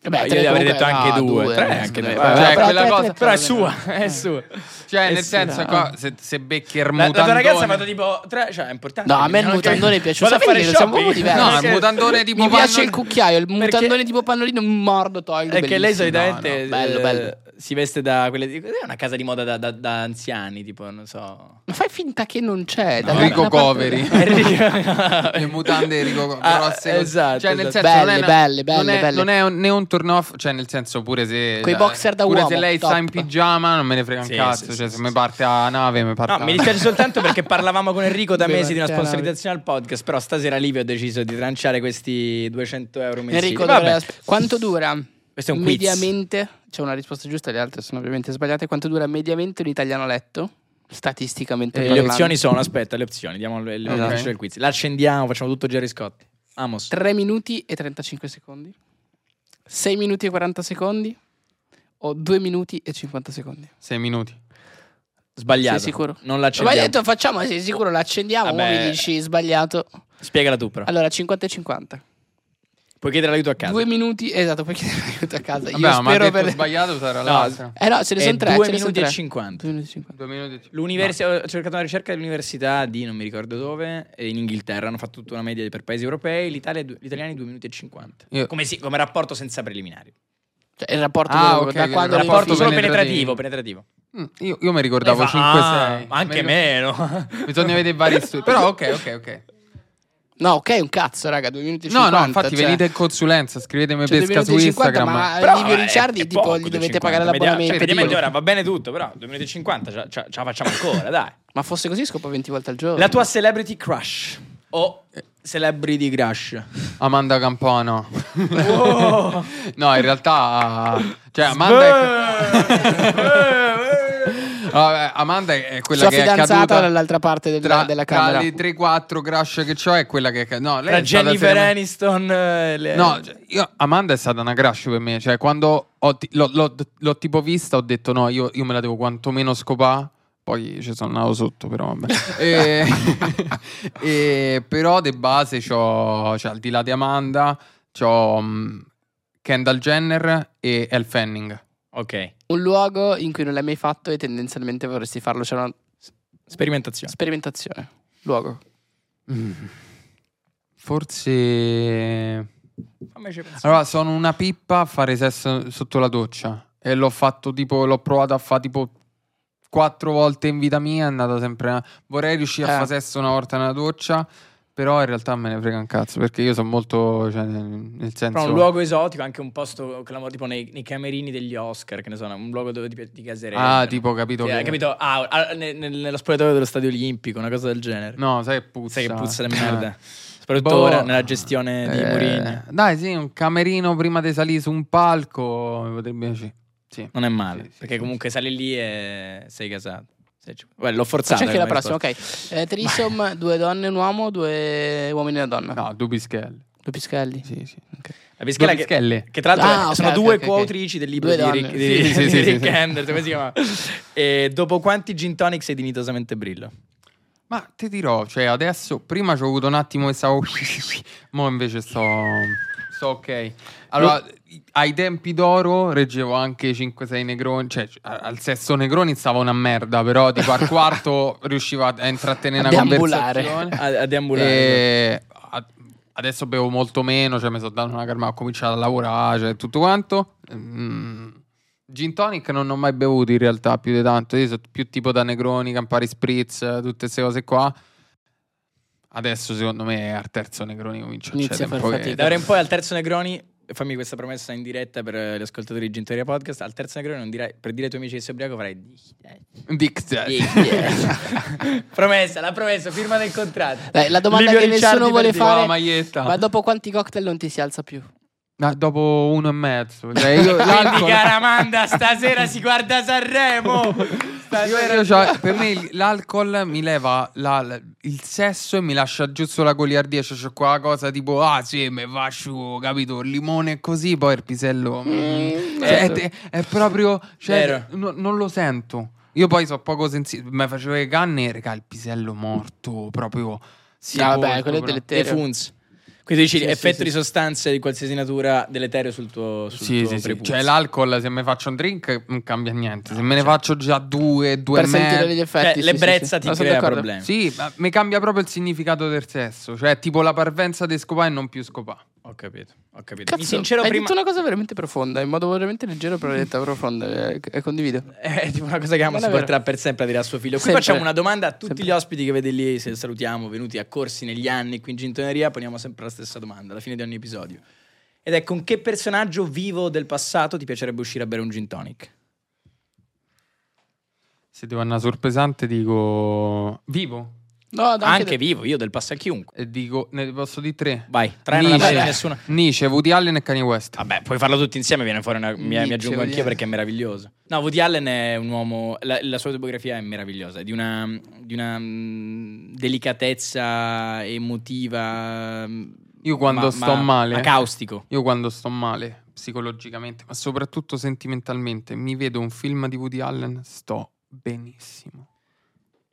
Eh Beh,
tre
io avrei detto
comunque-
anche
no,
due, tre
non
anche
si
due.
deve-
Vabbè,
Cioè,
però-
tre-
però-
tre-
Però è
tre-
sua, è sua.
Cioè,
Eh
nel
sì,
senso,
no.
qua, se, se becchi il
La, la tua
mutandone...
ragazza ha fatto tipo tre, cioè è importante.
No, a me il
Non-
mutandone
che-
piace un
Vado a
sacco,
fare
perché siamo
shopping.
proprio
No,
diversi.
il
che-
mutandone tipo
Mi piace
panno-
il cucchiaio, il
Perché-
mutandone tipo pannolino mordo tolgo.
È che lei
bellissimo.
solitamente
No, no, bello,
eh,
bello.
si veste da quelle di- è una casa di moda da, da- da anziani, tipo, non so.
Ma fai finta che non c'è. da-
Enrico
da una parte-
Coveri. Le
Le
mutande di Rico però
ah,
se-
esatto,
cioè, nel
esatto.
senso, non è una-
Belle, belle,
non è,
belle, belle.
non è un- né un turn off, cioè nel senso pure se
Coi boxer da
pure se
uomo,
lei sta in
top.
pigiama non me ne frega un
Sì,
cazzo,
sì,
cioè
sì,
se
sì,
mi
sì.
parte a nave mi parte
No,
la-
mi dispiace soltanto perché parlavamo con Enrico da
Beh,
mesi di una
Matteo, no.
sponsorizzazione al podcast, però stasera Livio ha deciso di tranciare questi 200 euro mensili.
Enrico,
Vabbè, Eh,
dovrei asp- quanto dura?
questo è un quiz.
mediamente c'è una risposta giusta, le altre sono ovviamente sbagliate. Quanto dura mediamente un italiano a letto? Statisticamente
Eh, le
parlando.
opzioni sono, aspetta, le opzioni, diamo le, le,
Esatto.
Ok.
dice il quiz. L'accendiamo, facciamo tutto Jerry Scotti. Amos.
3 minuti e 35 secondi, 6 minuti e 40 secondi o 2 minuti e 50 secondi.
Sei minuti.
Sbagliato.
Sei sicuro?
Non
Ma hai
l'accendiamo.
detto facciamo, sei sicuro l'accendiamo,
Vabbè.
uno mi dici sbagliato.
Spiegala tu, però.
Allora 50 e 50.
Puoi chiedere aiuto a casa.
2 minuti, esatto, poi chiedere aiuto a casa.
Vabbè,
Io
ma ha
spero
detto
per
sbagliato sarà
No,
l'altra.
Eh no, se ne
È
sono
due
3, ce ne sono
minuti e
tre.
50.
2 minuti e 50.
Due minuti.
L'università, ho cercato una ricerca dell'università di non mi ricordo dove, e in Inghilterra hanno fatto tutta una media per paesi europei, l'Italia è due- gli italiani 2 minuti e 50.
Io-
Come, si- come rapporto senza preliminari.
Cioè, il rapporto
Ah,
loro,
ok,
da
quindi
quando
il
le
rapporto
rapporto
solo
figlie-
penetrativo,
penetrativo.
penetrativo.
Mm, Io, io mi ricordavo
Lei Eh, fa,
5-6.
"Ah, anche meno.
Bisogna vedere vari studi. Però ok, ok, ok.
No, ok, un cazzo, raga, 2 minuti e
No,
50.
no, infatti
cioè-
venite in consulenza, scrivetemi
Cioè, due
pesca su
minuti e 50,
Instagram.
ma
Però
Livio
è-
Ricciardi,
è
tipo,
poco,
gli
2,50.
dovete pagare
Media-
l'abbonamento,
cioè, mediamente
tipo.
ora va bene tutto, però 2050 ce la- ce la ce la facciamo ancora, dai.
Ma fosse così scopo 20 volte al giorno.
La tua celebrity crush o celebrity crush?
Amanda Campano.
Oh.
no, in realtà cioè Amanda
Beh.
è... Vabbè, Amanda è quella
Sua
che è
fidanzata
caduta
dall'altra parte del-
tra,
della
tra
camera.
le 3-4 crush che ho è quella che è ca- No, lei
Tra
è stata
Jennifer
seriamente-
Aniston eh, le-
No, cioè, io- Amanda è stata una crush per me. Cioè, quando ho ti- l'ho, l'ho- l'ho tipo vista, ho detto no, io, io me la devo quantomeno scopà. Poi ci sono andato sotto, però vabbè. E- e però de base c'ho, cioè, al di là di Amanda, c'ho mh, Kendall Jenner e Elle Fanning.
Ok,
Un luogo in cui non l'hai mai fatto e tendenzialmente vorresti farlo. C'è una
sperimentazione.
sperimentazione. Luogo.
Mm. Forse...
Fammici pensare.
Allora, sono una pippa a fare sesso sotto la doccia. E l'ho fatto tipo, l'ho provato a fare tipo quattro volte in vita mia. È andata sempre. a- Vorrei riuscire
Eh.
a fare sesso una volta nella doccia. Però in realtà me ne frega un cazzo. Perché io sono molto. Cioè, nel senso.
Però un luogo esotico, anche un posto clamor- tipo nei, nei camerini degli Oscar, che ne so, un luogo dove ti, ti caserei.
ah, tipo, capito.
Sì,
che-
hai capito? Ah, ah, ne- ne- nello spogliatoio dello stadio olimpico, una cosa del genere.
No, sai che puzza.
Sai che puzza di
Eh.
merda. Soprattutto
Boh.
ora nella gestione di
Eh,
Mourinho.
Dai, sì, un camerino prima di salire su un palco. Mi potrebbe piacere. Sì.
Non è male,
Sì, sì,
perché
sì,
comunque sali lì e sei casato. Sei ci- Beh, l'ho forzata.
Faccio anche la
come
prossima, ok. Eh, threesome, due donne, un uomo, due uomini e una donna.
No, due pischelli.
Due pischelli.
Sì, sì.
risposta. La Pischella
Due pischelle.
che, che tra l'altro
Ah,
è-
ok,
sono
ok,
due
ok, ok.
coautrici del libro
Due
di
donne.
Rick, di-
Sì, sì,
di
sì,
Rick
sì, sì.
Anderson, come si chiama? E dopo quanti gin tonic sei dignitosamente brillo?
Ma ti dirò, cioè adesso, prima c'ho avuto un attimo che stavo... Mo invece sto... Sto ok. Allora, ai tempi d'oro reggevo anche 5-6 negroni, cioè a- al sesto negroni stavo una merda, però tipo al quarto riuscivo a a intrattenere
A
una
deambulare.
conversazione.
A, a deambulare.
E a- adesso bevo molto meno, cioè mi sono dato una calma, ho cominciato a lavorare, cioè, tutto quanto. Mm. Gin tonic non ho mai bevuto in realtà più di tanto, io sono più tipo da Negroni, Campari Spritz, tutte queste cose qua. Adesso secondo me al terzo Negroni comincia a
Inizia a far
tempo che-
E Da ora in poi al terzo Negroni, fammi questa promessa in diretta per gli ascoltatori di Gintoria Podcast. Al terzo Negroni, non dirai- per dire ai tuoi amici che sei ubriaco, farai.
Dick-
promessa, la promessa, firma del contratto.
Dai, la domanda
Livio
che
Ricciardi
nessuno vuole
per dire. "Oh,
Qua la
fare
maglietta.
ma dopo quanti cocktail non ti si alza più?
No, dopo uno e mezzo. Cioè, io,
Quindi,
l'alcol-
cara Amanda, stasera si guarda Sanremo.
Io-
Stasera.
io c'ho- per me il- l'alcol mi leva la- la- il sesso e mi lascia giù sulla goliardia. Cioè, c'ho quella cosa tipo, ah sì, mi va su, capito? Il limone così, poi il pisello. mm. Cioè, è, è- è proprio, cioè,
Vero.
no- non lo sento. Io poi so poco sensibile. Mi facevo le canne, raga, il pisello morto, proprio. si
No, vabbè,
volto,
quello è
però.
Le
deleterio.
funz. Quindi dici
Sì, sì,
effetto
sì,
di
sì.
sostanze di qualsiasi natura deleterio sul tuo, sul
Sì,
tuo
sì, sì.
prepuzio.
Cioè, l'alcol, se mi faccio un drink, non cambia niente. Se me ne faccio già due, due
per
e mezzo.
sentire gli
Cioè,
effetti. sì, sì,
l'ebbrezza
sì.
ti
No, sono
crea
d'accordo.
problemi.
Sì, ma mi cambia proprio il significato del sesso, cioè tipo la parvenza di scopà e non più scopà.
Ho capito, ho capito.
Cazzo,
Mi sincero
hai
prima...
detto una cosa veramente profonda, in modo veramente leggero, però l'hai detta profonda eh, e condivido.
È tipo una cosa che Amos
Non è vero.
porterà per sempre a dire a suo figlio. Qui
Sempre.
facciamo una domanda a tutti
Sempre.
gli ospiti che vede lì, se salutiamo, venuti a corsi negli anni qui in Gintoneria, poniamo sempre la stessa domanda alla fine di ogni episodio. Ed è con che personaggio vivo del passato ti piacerebbe uscire a bere un gin tonic?
Se devo andare sorpesante dico vivo
No, dai,
Anche
del-
vivo, io del passato a chiunque.
e dico ne posso di tre.
Vai, tre non
Nice,
avere nessuno.
Nice, Woody Allen e Kanye West.
Certo. Vabbè, puoi farlo tutti insieme, viene fuori una. Mi, mi
Nietzsche,
aggiungo
Woody
anch'io
Allen.
perché è meraviglioso. No, Woody Allen è un uomo. La, la sua autobiografia è meravigliosa, è di una, di una mm, delicatezza emotiva. mm,
Io quando sto male-
Ma caustico.
Io quando sto male psicologicamente, ma soprattutto sentimentalmente, mi vedo un film di Woody Allen, sto benissimo.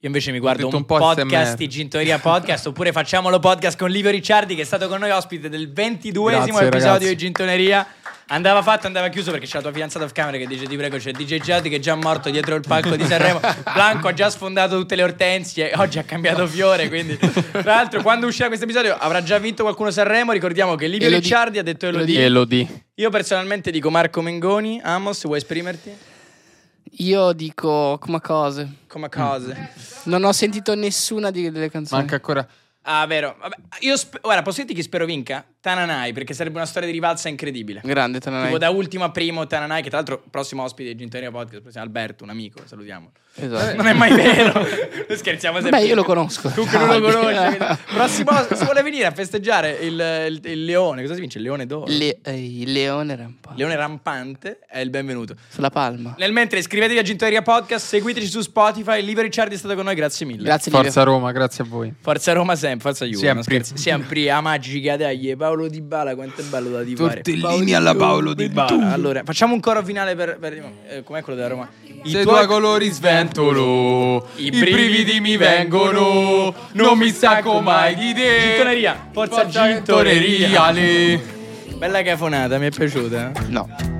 Io invece mi guardo
detto
un,
un po'
podcast
ASMR.
di Gintoria Podcast oppure facciamolo podcast con Livio Ricciardi che è stato con noi ospite del 22
Grazie,
episodio
ragazzi.
di Gintoneria. Andava fatto, andava chiuso perché c'è la tua fidanzata off camera che dice ti prego c'è DJ Giadi che è già morto dietro il palco di Sanremo. Blanco ha già sfondato tutte le ortensie, oggi ha cambiato fiore, quindi tra l'altro quando uscirà questo episodio avrà già vinto qualcuno Sanremo, ricordiamo che Livio
Elodie.
Ricciardi ha detto Elodie.
Elodie.
Io personalmente dico Marco Mengoni, Amos, vuoi esprimerti?
Io dico come cose.
Come cose.
Non ho sentito nessuna di- delle canzoni.
Manca ancora
Ah, vero. Vabbè, io sp- guarda, posso dirti chi spero vinca? Tananai, perché sarebbe una storia di rivalsa incredibile.
Grande, te
Tipo da ultimo a primo Tananai, che tra l'altro prossimo ospite di Gintoria Podcast, prossimo Alberto, un amico, salutiamo. Non è mai vero. Noi scherziamo sempre.
Esatto. Beh, io lo conosco. Ah,
Comunque non lo
Dai.
conosci. capito? Prossimo os- se vuole venire a festeggiare il, il- il leone, cosa si vince? Il leone d'oro.
Le- eh, il leone era un po'
leone rampante è il benvenuto.
sulla palma.
Nel mentre iscrivetevi a Gintoria Podcast, seguiteci su Spotify, Live Ricciardi è stato con noi, grazie mille.
Grazie Livio.
Forza Roma, grazie a voi.
Forza Roma sempre, forza Juve,
Sempre.
non scherzi. Sempre a magica, dai, Paolo Di Bala, quanto è bello da di fare.
Tortellini alla Paolo Di Bala.
Allora, facciamo un coro finale per... per- eh, com'è quello della Roma? I
Se i tuoi colori sventolo, i brividi mi vengono, non mi stacco mai di te.
Gintoneria, forza
Gintoneria.
Bella cafonata, mi è piaciuta. eh.
No.